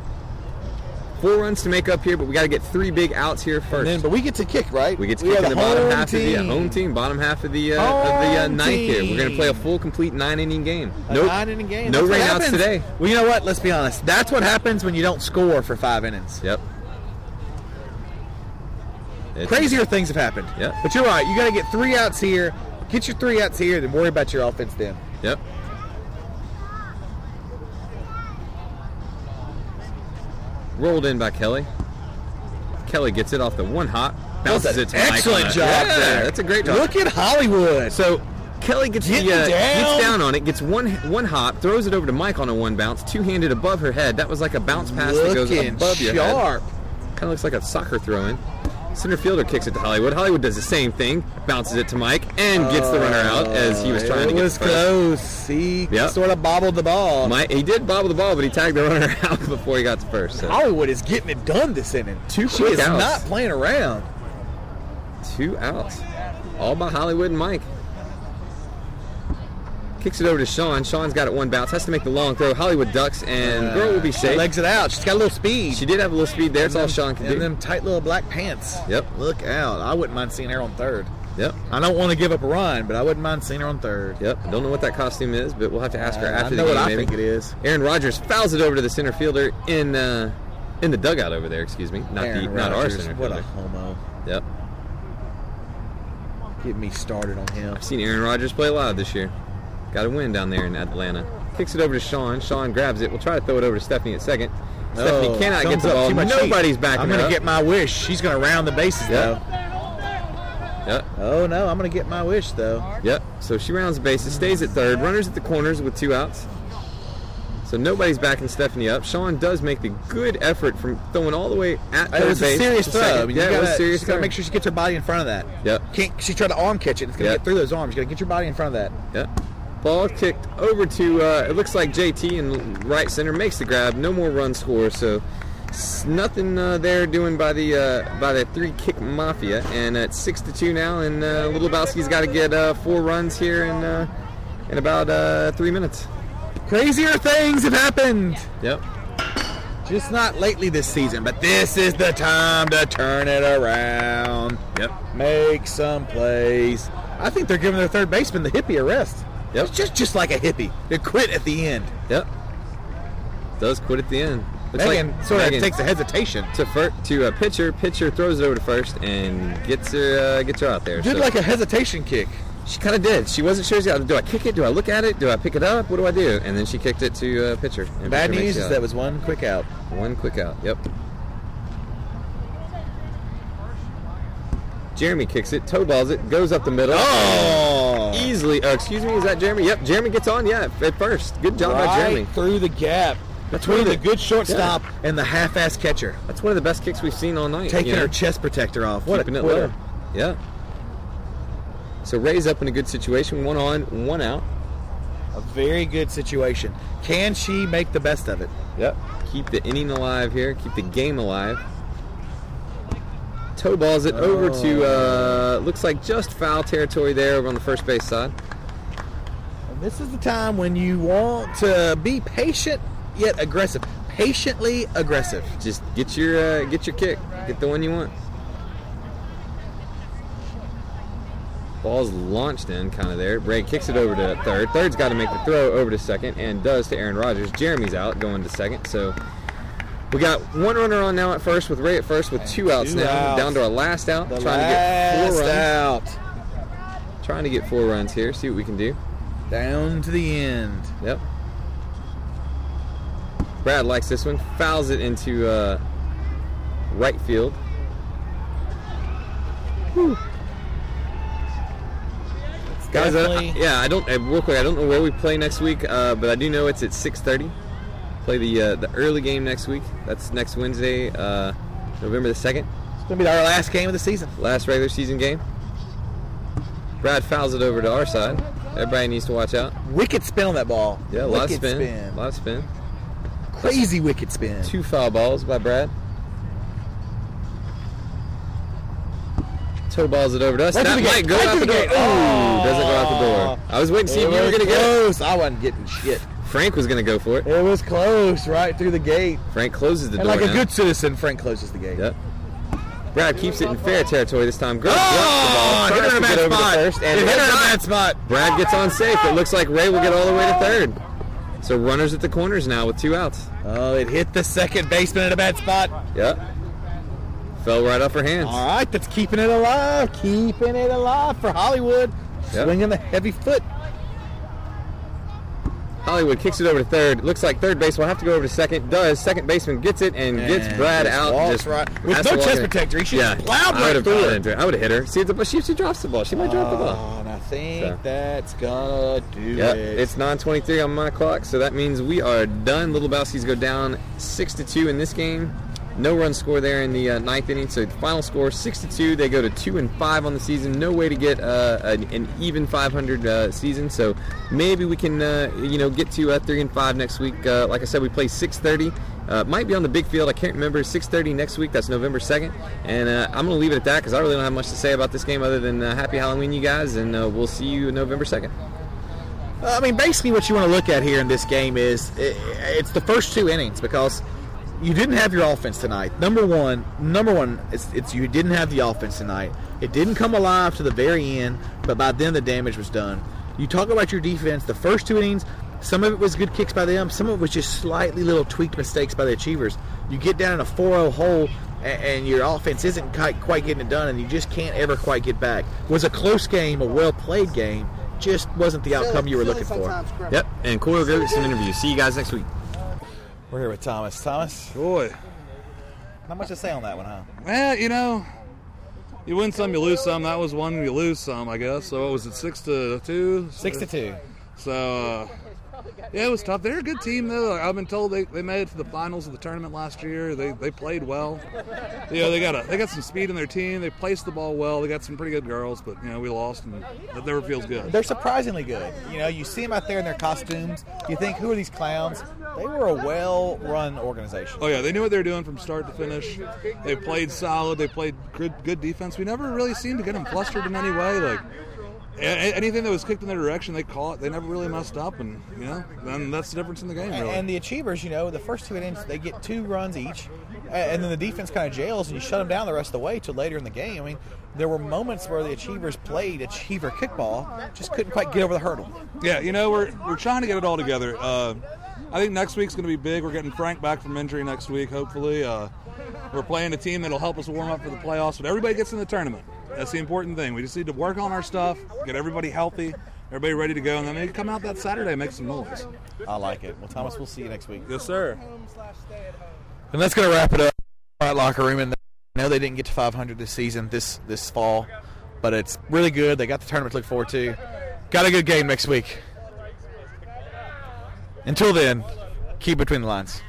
[SPEAKER 1] four runs to make up here, but we got to get three big outs here first.
[SPEAKER 2] Then, but we get to kick, right?
[SPEAKER 1] we get to
[SPEAKER 2] are
[SPEAKER 1] kick in the bottom
[SPEAKER 2] home
[SPEAKER 1] half of the yeah, home team, bottom half of the uh, of the uh,
[SPEAKER 2] Home
[SPEAKER 1] ninth here. We're gonna play a full, complete nine inning game.
[SPEAKER 2] A nine inning game.
[SPEAKER 1] No
[SPEAKER 2] That's what
[SPEAKER 1] rainouts
[SPEAKER 2] happens.
[SPEAKER 1] today.
[SPEAKER 2] Well, you know what? Let's be honest. That's what happens when you don't score for five innings.
[SPEAKER 1] Yep. It's-
[SPEAKER 2] Crazier things have happened.
[SPEAKER 1] Yeah.
[SPEAKER 2] But you're right. You got to get three outs here. Get your three outs here, then worry about your offense then.
[SPEAKER 1] Yep. Rolled in by Kelly. Kelly gets it off the one hop, bounces it
[SPEAKER 2] That's
[SPEAKER 1] to
[SPEAKER 2] an
[SPEAKER 1] Mike on
[SPEAKER 2] excellent
[SPEAKER 1] the-
[SPEAKER 2] job
[SPEAKER 1] Yeah,
[SPEAKER 2] there.
[SPEAKER 1] That's a great job.
[SPEAKER 2] Look at Hollywood.
[SPEAKER 1] So Kelly gets
[SPEAKER 2] Getting
[SPEAKER 1] the, uh, gets
[SPEAKER 2] down.
[SPEAKER 1] down on it, gets one one hop, throws it over to Mike on a one bounce, two handed above her head. That was like a bounce pass that goes
[SPEAKER 2] Looking
[SPEAKER 1] above your head.
[SPEAKER 2] sharp.
[SPEAKER 1] Kind of looks like a soccer throw in. Center fielder kicks it to Hollywood. Hollywood does the same thing, bounces it to Mike, and gets the runner out as he was trying
[SPEAKER 2] Oh, it
[SPEAKER 1] to get
[SPEAKER 2] was
[SPEAKER 1] to first.
[SPEAKER 2] close. He
[SPEAKER 1] Yep.
[SPEAKER 2] sort of bobbled the ball.
[SPEAKER 1] My, he did bobble the ball, but he tagged the runner out before he got to first. So
[SPEAKER 2] Hollywood is getting it done this inning.
[SPEAKER 1] Two
[SPEAKER 2] she
[SPEAKER 1] quick
[SPEAKER 2] is
[SPEAKER 1] outs.
[SPEAKER 2] not playing around.
[SPEAKER 1] two outs, all by Hollywood and Mike. Kicks it over to Sean. Sean's got it one bounce. Has to make the long throw. Hollywood ducks, and girl will be
[SPEAKER 2] She
[SPEAKER 1] safe.
[SPEAKER 2] Legs it out. She's got a little speed.
[SPEAKER 1] She did have a little speed there. It's all Sean can
[SPEAKER 2] and
[SPEAKER 1] do.
[SPEAKER 2] them tight little black pants.
[SPEAKER 1] Yep.
[SPEAKER 2] Look out. I wouldn't mind seeing her on third.
[SPEAKER 1] Yep.
[SPEAKER 2] I don't want to give up a run, but I wouldn't mind seeing her on third.
[SPEAKER 1] Yep. Don't know what that costume is, but we'll have to ask her
[SPEAKER 2] Uh,
[SPEAKER 1] after the
[SPEAKER 2] I know
[SPEAKER 1] game.
[SPEAKER 2] what I
[SPEAKER 1] maybe.
[SPEAKER 2] think it is.
[SPEAKER 1] Aaron Rodgers fouls it over to the center fielder in uh, in the dugout over there. Excuse me, not
[SPEAKER 2] Aaron
[SPEAKER 1] the not our
[SPEAKER 2] Rodgers,
[SPEAKER 1] center
[SPEAKER 2] What a
[SPEAKER 1] fielder.
[SPEAKER 2] homo.
[SPEAKER 1] Yep.
[SPEAKER 2] Get me started on him.
[SPEAKER 1] I've seen Aaron Rodgers play live this year. Got a win down there in Atlanta. Kicks it over to Sean. Sean grabs it. We'll try to throw it over to Stephanie at second. Stephanie
[SPEAKER 2] Oh,
[SPEAKER 1] cannot get
[SPEAKER 2] thumbs
[SPEAKER 1] the
[SPEAKER 2] up,
[SPEAKER 1] ball.
[SPEAKER 2] too much heat.
[SPEAKER 1] Nobody's backing
[SPEAKER 2] I'm
[SPEAKER 1] her
[SPEAKER 2] gonna
[SPEAKER 1] up.
[SPEAKER 2] get my wish. She's going to round the bases,
[SPEAKER 1] Yeah.
[SPEAKER 3] Hold
[SPEAKER 1] Yep.
[SPEAKER 2] though. Oh, no. I'm going to get my wish, though.
[SPEAKER 1] Yep. So she rounds the bases, stays at third, runners at the corners with two outs. So nobody's backing Stephanie up. Sean does make the good effort from throwing all the way at third
[SPEAKER 2] It was a
[SPEAKER 1] base
[SPEAKER 2] serious
[SPEAKER 1] to
[SPEAKER 2] throw.
[SPEAKER 1] second.
[SPEAKER 2] I mean,
[SPEAKER 1] yeah,
[SPEAKER 2] you
[SPEAKER 1] it
[SPEAKER 2] gotta,
[SPEAKER 1] was a serious.
[SPEAKER 2] She's got to
[SPEAKER 1] throw.
[SPEAKER 2] make sure she gets her body in front of that.
[SPEAKER 1] Yep.
[SPEAKER 2] Can't, she tried to arm catch it. It's going to
[SPEAKER 1] Yep.
[SPEAKER 2] get through those arms. You got to get your body in front of that.
[SPEAKER 1] Yep. Ball kicked over to uh, it looks like JT in right center makes the grab. No more run score, so s- nothing uh, there doing by the uh, by the three kick mafia. And at six to two now, and uh, Little Bowski's got to get uh, four runs here in uh, in about uh, three minutes.
[SPEAKER 2] Crazier things have happened.
[SPEAKER 1] Yep.
[SPEAKER 2] Just not lately this season, but this is the time to turn it around.
[SPEAKER 1] Yep.
[SPEAKER 2] Make some plays. I think they're giving their third baseman the hippie a rest.
[SPEAKER 1] Yep.
[SPEAKER 2] It's just just like a hippie. They quit at the end.
[SPEAKER 1] Yep. Does quit at the end. Looks
[SPEAKER 2] Megan sort
[SPEAKER 1] Megan
[SPEAKER 2] of takes a hesitation.
[SPEAKER 1] to fir- to a pitcher. Pitcher throws it over to first and gets her uh, gets her out there.
[SPEAKER 2] Did
[SPEAKER 1] So-
[SPEAKER 2] like a hesitation kick.
[SPEAKER 1] She kind of did. She wasn't sure. She got, do I kick it? Do I look at it? Do I pick it up? What do I do? And then she kicked it to uh, pitcher. And
[SPEAKER 2] Bad
[SPEAKER 1] pitcher makes
[SPEAKER 2] news
[SPEAKER 1] the
[SPEAKER 2] is
[SPEAKER 1] out.
[SPEAKER 2] that was one quick out.
[SPEAKER 1] one quick out. Yep. Jeremy kicks it, toe balls it, goes up the middle.
[SPEAKER 2] Oh,
[SPEAKER 1] Easily. Uh, excuse me. Is that Jeremy? Yep. Jeremy gets on. Yeah. At first. Good job by Jeremy.
[SPEAKER 2] through the gap between the good shortstop and the half-ass catcher,
[SPEAKER 1] That's one of the best kicks we've seen all night.
[SPEAKER 2] taking
[SPEAKER 1] you know?
[SPEAKER 2] her chest protector off. What
[SPEAKER 1] keeping
[SPEAKER 2] a
[SPEAKER 1] it
[SPEAKER 2] quitter.
[SPEAKER 1] low. Yeah. So Ray's up in a good situation. One on, one out.
[SPEAKER 2] A very good situation. Can she make the best of it?
[SPEAKER 1] Yep. Keep the inning alive here. Keep the game alive. Toe balls it over to uh,
[SPEAKER 2] Oh.
[SPEAKER 1] looks like just foul territory there over on the first base side.
[SPEAKER 2] And This is the time when you want to be patient yet aggressive. Patiently aggressive.
[SPEAKER 1] Just get your uh, get your kick. Get the one you want. Ball's launched in kind of there. Brad kicks it over to third. Third's got to make the throw over to second and does to Aaron Rodgers. Jeremy's out going to second. So we got one runner on now at first with Ray at first with two outs
[SPEAKER 2] two
[SPEAKER 1] now.
[SPEAKER 2] outs.
[SPEAKER 1] Down to our last out.
[SPEAKER 2] The
[SPEAKER 1] trying to get
[SPEAKER 2] last
[SPEAKER 1] four runs.
[SPEAKER 2] out.
[SPEAKER 1] Trying to get four runs here. See what we can do.
[SPEAKER 2] Down to the end.
[SPEAKER 1] Yep. Brad likes this one. Fouls it into uh, right field. Guys, I,
[SPEAKER 2] Definitely-
[SPEAKER 1] yeah, I don't. uh, Real quick, I don't know where we play next week, uh, but I do know it's at 6:30. Play the uh, the early game next week. That's next Wednesday, uh, November the second.
[SPEAKER 2] It's going to be our last game of the season.
[SPEAKER 1] Last regular season game. Brad fouls it over to our side. Everybody needs to watch out.
[SPEAKER 2] Wicked spin on that ball.
[SPEAKER 1] Yeah, a lot
[SPEAKER 2] wicked
[SPEAKER 1] of spin. A lot of spin.
[SPEAKER 2] Crazy wicked spin.
[SPEAKER 1] Two foul balls by Brad. Toe balls it over to us.
[SPEAKER 2] Right to
[SPEAKER 1] that
[SPEAKER 2] the
[SPEAKER 1] might
[SPEAKER 2] gate.
[SPEAKER 1] go
[SPEAKER 2] Right
[SPEAKER 1] out
[SPEAKER 2] to
[SPEAKER 1] the
[SPEAKER 2] the
[SPEAKER 1] door.
[SPEAKER 2] gate. Oh.
[SPEAKER 1] Ooh, doesn't go out the door. I was waiting to see if you were gonna get it.
[SPEAKER 2] close. I wasn't getting shit.
[SPEAKER 1] Frank was gonna go for it.
[SPEAKER 2] It was close, right through the gate.
[SPEAKER 1] Frank closes the
[SPEAKER 2] And
[SPEAKER 1] door.
[SPEAKER 2] like a
[SPEAKER 1] now.
[SPEAKER 2] good citizen, Frank closes the gate.
[SPEAKER 1] Yep. Brad keeps it in fair territory this time. Gross
[SPEAKER 2] Oh,
[SPEAKER 1] drops the ball.
[SPEAKER 2] hit her in a
[SPEAKER 1] Tries to
[SPEAKER 2] bad
[SPEAKER 1] get over to
[SPEAKER 2] spot.
[SPEAKER 1] first, and
[SPEAKER 2] Hit her in a
[SPEAKER 1] it's
[SPEAKER 2] bad spot.
[SPEAKER 1] Brad gets on safe. It looks like Ray will get all the way to third. So runners at the corners now with two outs.
[SPEAKER 2] Oh, it hit the second baseman in a bad spot.
[SPEAKER 1] Yep. Fell right off her hands.
[SPEAKER 2] All right, that's keeping it alive. Keeping it alive for Hollywood.
[SPEAKER 1] Yep.
[SPEAKER 2] Swinging the heavy foot.
[SPEAKER 1] Hollywood kicks it over to third. Looks like third base will have to go over to second. Does second baseman gets it and, gets
[SPEAKER 2] And
[SPEAKER 1] Brad
[SPEAKER 2] just
[SPEAKER 1] out.
[SPEAKER 2] walks
[SPEAKER 1] just
[SPEAKER 2] right- with
[SPEAKER 1] has
[SPEAKER 2] no
[SPEAKER 1] to walk
[SPEAKER 2] chest
[SPEAKER 1] in.
[SPEAKER 2] protector. He should
[SPEAKER 1] yeah,
[SPEAKER 2] have plowed
[SPEAKER 1] I
[SPEAKER 2] right
[SPEAKER 1] would've
[SPEAKER 2] through
[SPEAKER 1] plowed
[SPEAKER 2] it.
[SPEAKER 1] into I would have hit her. See, if the, she, if she drops the ball. She might drop the ball.
[SPEAKER 2] Oh, and I think
[SPEAKER 1] So.
[SPEAKER 2] that's gonna do
[SPEAKER 1] Yep,
[SPEAKER 2] it.
[SPEAKER 1] it's 9:23 on my clock, so that means we are done. Little Bowski's go down six to two in this game. No run score there in the uh, ninth inning, so the final score six to two. They go to two and five on the season. No way to get uh, an, an even 500 uh, season, so maybe we can uh, you know get to uh, three and five next week. Uh, like I said, we play 6:30. Uh, might be on the big field. I can't remember. 6:30 next week. That's November 2nd, and uh, I'm gonna leave it at that because I really don't have much to say about this game other than uh, Happy Halloween, you guys, and uh, we'll see you November 2nd.
[SPEAKER 2] I mean, basically, what you want to look at here in this game is i it's the first two innings because you didn't have your offense tonight. Number one, number one, it's, it's you didn't have the offense tonight. It didn't come alive to the very end, but by then the damage was done. You talk about your defense. The first two innings, some of it was good kicks by them. Some of it was just slightly little tweaked mistakes by the Achievers. You get down in a 4-0 hole, a- and your offense isn't quite quite getting it done, and you just can't ever quite get back. Was a close game, a well-played game. Just wasn't the outcome you were looking for.
[SPEAKER 1] Yep, and Corey will go get some interviews. See you guys next week.
[SPEAKER 2] We're here with Thomas. Thomas,
[SPEAKER 4] Boy.
[SPEAKER 2] not much to say on that one, huh?
[SPEAKER 4] Well, you know, you win some, you lose some. That was one, you lose some, I guess. So what was it, six to two?
[SPEAKER 2] Six to two.
[SPEAKER 4] So, uh, yeah, it was tough. They're a good team, though. I've been told they, they made it to the finals of the tournament last year. They, they played well. You know, they got a, they got some speed in their team. They placed the ball well. They got some pretty good girls, but you know we lost, and that never feels good.
[SPEAKER 2] They're surprisingly good. You know, you see them out there in their costumes. You think, who are these clowns? They were a well-run organization.
[SPEAKER 4] Oh yeah, they knew what they were doing from start to finish. They played solid. They played good, good defense. We never really seemed to get them flustered in any way. Like a- a- anything that was kicked in their direction, they caught. They never really messed up, and you know, then that's the difference in the game.
[SPEAKER 2] And,
[SPEAKER 4] Really.
[SPEAKER 2] and the achievers, you know, the first two innings they get two runs each, a- and then the defense kind of jails and you shut them down the rest of the way till later in the game. I mean, there were moments where the achievers played achiever kickball, just couldn't quite get over the hurdle.
[SPEAKER 4] Yeah, you know, we're we're trying to get it all together. Uh, I think next week's going to be big. We're getting Frank back from injury next week, hopefully. Uh, we're playing a team that'll help us warm up for the playoffs, but everybody gets in the tournament. That's the important thing. We just need to work on our stuff, get everybody healthy, everybody ready to go, and then they come out that Saturday and make some noise.
[SPEAKER 2] I like it. Well, Thomas, we'll see you next week.
[SPEAKER 4] Yes, sir.
[SPEAKER 2] And that's going to wrap it up. All right, locker room, and I know they didn't get to 500 this season, this this fall, but it's really good. They got the tournament to look forward to. Got a good game next week. Until then, keep between the lines.